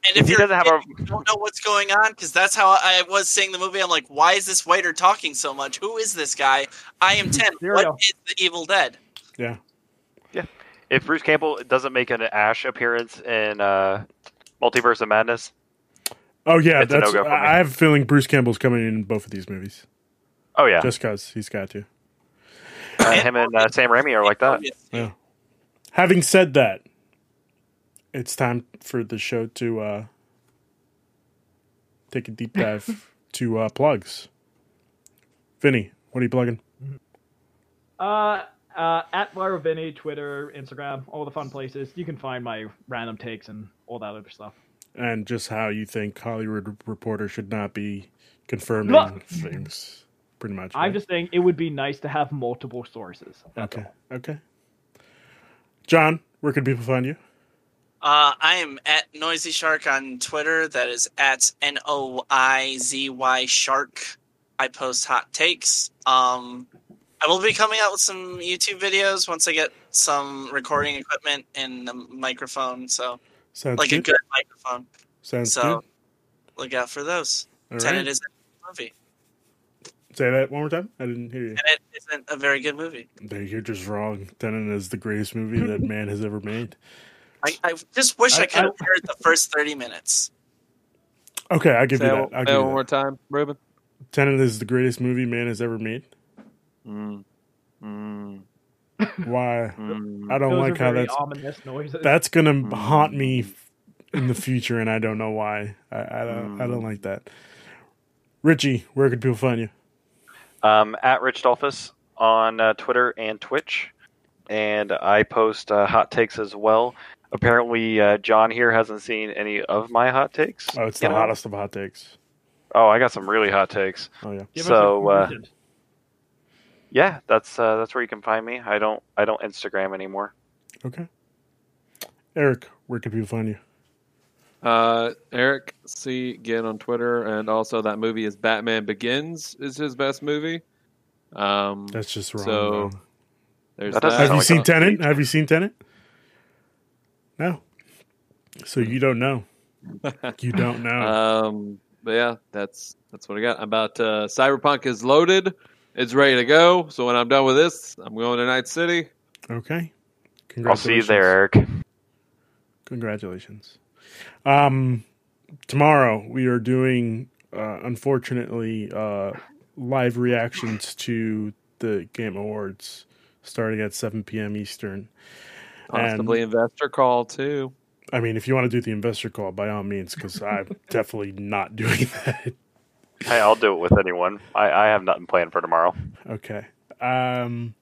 S3: and
S4: if he
S3: you're
S4: doesn't have a
S3: I don't know what's going on because that's how I was seeing the movie. I'm like, why is this waiter talking so much? Who is this guy? I am 10.
S2: Cereal.
S3: What is the Evil Dead?
S1: Yeah.
S4: if Bruce Campbell doesn't make an Ash appearance in uh, Multiverse of Madness,
S1: Oh yeah,
S4: It's a
S1: that's.
S4: no-go for me.
S1: I I have a feeling Bruce Campbell's coming in both of these movies.
S4: oh yeah,
S1: Just cause he's got to.
S4: uh, him and uh, Sam Raimi are like that.
S1: Yeah. Having said that, it's time for the show to uh, take a deep dive to uh, plugs. Vinny, what are you plugging?
S2: Uh, uh, at Lyra Vinny, Twitter, Instagram, all the fun places. You can find my random takes and all that other stuff.
S1: And just how you think Hollywood Reporter should not be confirming
S2: Look.
S1: things, pretty much.
S2: I'm
S1: right?
S2: just saying it would be nice to have multiple sources. That's
S1: okay.
S2: all.
S1: Okay. John, where can people find you?
S3: Uh, I am at Noisy Shark on Twitter. That is at N O I Z Y Shark. I post hot takes. Um, I will be coming out with some YouTube videos once I get some recording equipment and a microphone. So,
S1: Sounds
S3: like a
S1: good.
S3: good microphone.
S1: Sounds
S3: so, look out for those.
S1: good. All
S3: Tenet
S1: right.
S3: is a movie.
S1: Say that one more time. I didn't hear you.
S3: Tenet isn't a very good movie.
S1: They- You're just wrong. Tenet is the greatest movie [laughs] that man has ever made.
S3: I, I just wish I,
S1: I-
S3: could have heard the first 30 minutes.
S1: Okay, I give
S5: Say
S1: you
S5: that,
S1: that.
S5: one-
S1: I
S5: say that
S1: give
S5: one
S1: you
S5: more
S1: that.
S5: time, Ruben.
S1: Tenet is the greatest movie man has ever made.
S5: Mm. Mm.
S1: Why?
S5: Mm.
S1: I don't
S2: Those
S1: like
S2: are
S1: how
S2: very
S1: that's
S2: ominous noises.
S1: that's gonna haunt me in the future, and I don't know why. I, I don't. I
S5: Mm.
S1: don't like that. Richie, where could people find you?
S4: Um, at Rich Dolphus on uh, Twitter and Twitch, and I post uh, hot takes as well. Apparently, uh, John here hasn't seen any of my hot takes.
S1: Oh, it's
S4: you
S1: the
S4: know?
S1: hottest of hot takes.
S4: Oh, I got some really hot takes.
S1: Oh yeah.
S2: Give us
S4: so,
S2: a
S4: uh,
S2: reason.
S4: Yeah, that's uh, that's where you can find me. I don't I don't Instagram anymore.
S1: Okay. Eric, where could people find you?
S5: Uh, Eric C. Ginn on Twitter, and also that movie is Batman Begins is his best movie. Um,
S1: That's just wrong.
S5: So,
S1: man.
S5: there's
S4: that
S5: that.
S4: doesn't
S1: Have
S4: sound
S1: you
S4: like
S1: seen
S4: a-
S1: Tenant? Have you seen Tenant? No. So you don't know. You don't know.
S5: Um, but yeah, that's that's what I got. About uh, Cyberpunk is loaded. It's ready to go. So when I'm done with this, I'm going to Night City.
S1: okay.
S4: I'll see you there, Eric.
S1: Congratulations. Um, tomorrow we are doing, uh, unfortunately, uh, live reactions to the Game Awards starting at 7 p.m. Eastern.
S5: Possibly investor call too.
S1: I mean, if you want to do the investor call, by all means, because I'm [laughs] definitely not doing [laughs] that.
S4: Hey, I'll do it with anyone. I, I have nothing planned for tomorrow.
S1: Okay. Um,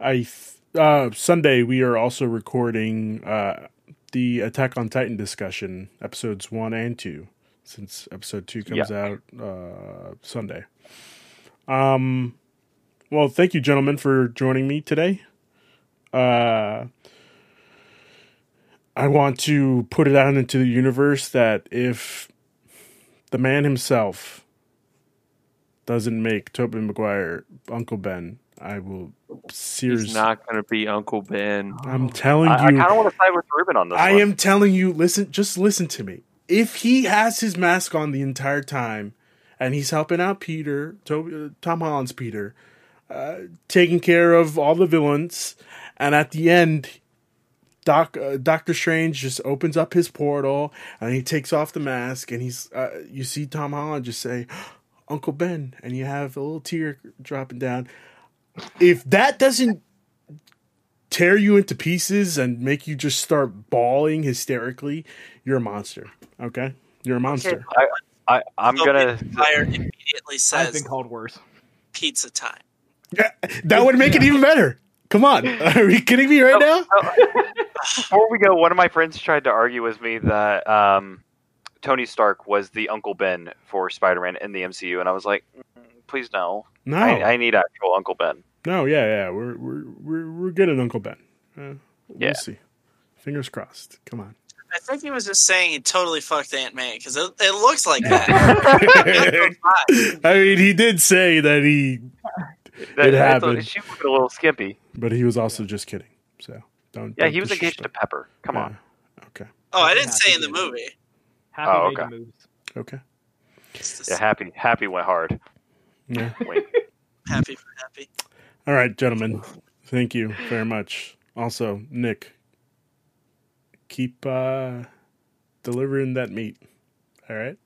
S1: I th- uh, Sunday we are also recording uh, the Attack on Titan discussion episodes one and two, since episode two comes out uh, Sunday. Um, well, thank you, gentlemen, for joining me today. Uh, I want to put it out into the universe that if the man himself doesn't make Toby Maguire Uncle Ben, I will seriously.
S5: He's not going to be Uncle Ben.
S1: I'm telling
S4: I, I kind
S1: you.
S4: of want to side with Ruben on this.
S1: I
S4: one.
S1: am telling you. Listen, just listen to me. If he has his mask on the entire time, and he's helping out Peter, Toby, uh, Tom Holland's Peter, uh, taking care of all the villains, and at the end. Doc, uh, Doctor Strange just opens up his portal and he takes off the mask and he's uh, you see Tom Holland just say Uncle Ben and you have a little tear dropping down if that doesn't tear you into pieces and make you just start bawling hysterically, you're a monster. Okay? You're a monster.
S4: I, I'm
S3: So
S4: gonna.
S3: Fire immediately
S2: I've been
S3: says
S2: called worse.
S3: pizza time.
S1: That would make it even better. Come on. [laughs] Are you kidding me right now?
S4: [laughs] Before we go, one of my friends tried to argue with me that um, Tony Stark was the Uncle Ben for Spider-Man in the MCU, and I was like, "Mm, please no.
S1: No.
S4: I, I need actual Uncle Ben.
S1: No, yeah, yeah. We're we're we're we're good at Uncle Ben. Uh, we'll
S4: Yeah.
S1: see. Fingers crossed. Come
S4: [laughs]
S1: on. [laughs]
S3: I think he was just saying he totally fucked Aunt May because it, it looks like that.
S1: I mean, he did say that he
S4: That, that's a-
S1: happened.
S4: She looked a little skimpy.
S1: but he was also just kidding. So, don't
S4: Yeah,
S1: don't
S4: he was engaged to
S1: disrespect-
S4: Pepper. Come on.
S1: Yeah. Okay.
S3: oh, I didn't say in the movie.
S2: Happy
S4: Oh,
S2: made
S4: okay.
S2: the moves.
S1: Okay.
S3: It's just
S4: Yeah, happy. Happy went
S1: [laughs]
S4: hard.
S1: Yeah.
S4: Wait.
S3: happy for happy.
S1: All right, gentlemen. Thank you very much. Also, Nick, keep uh, delivering that meat. All right.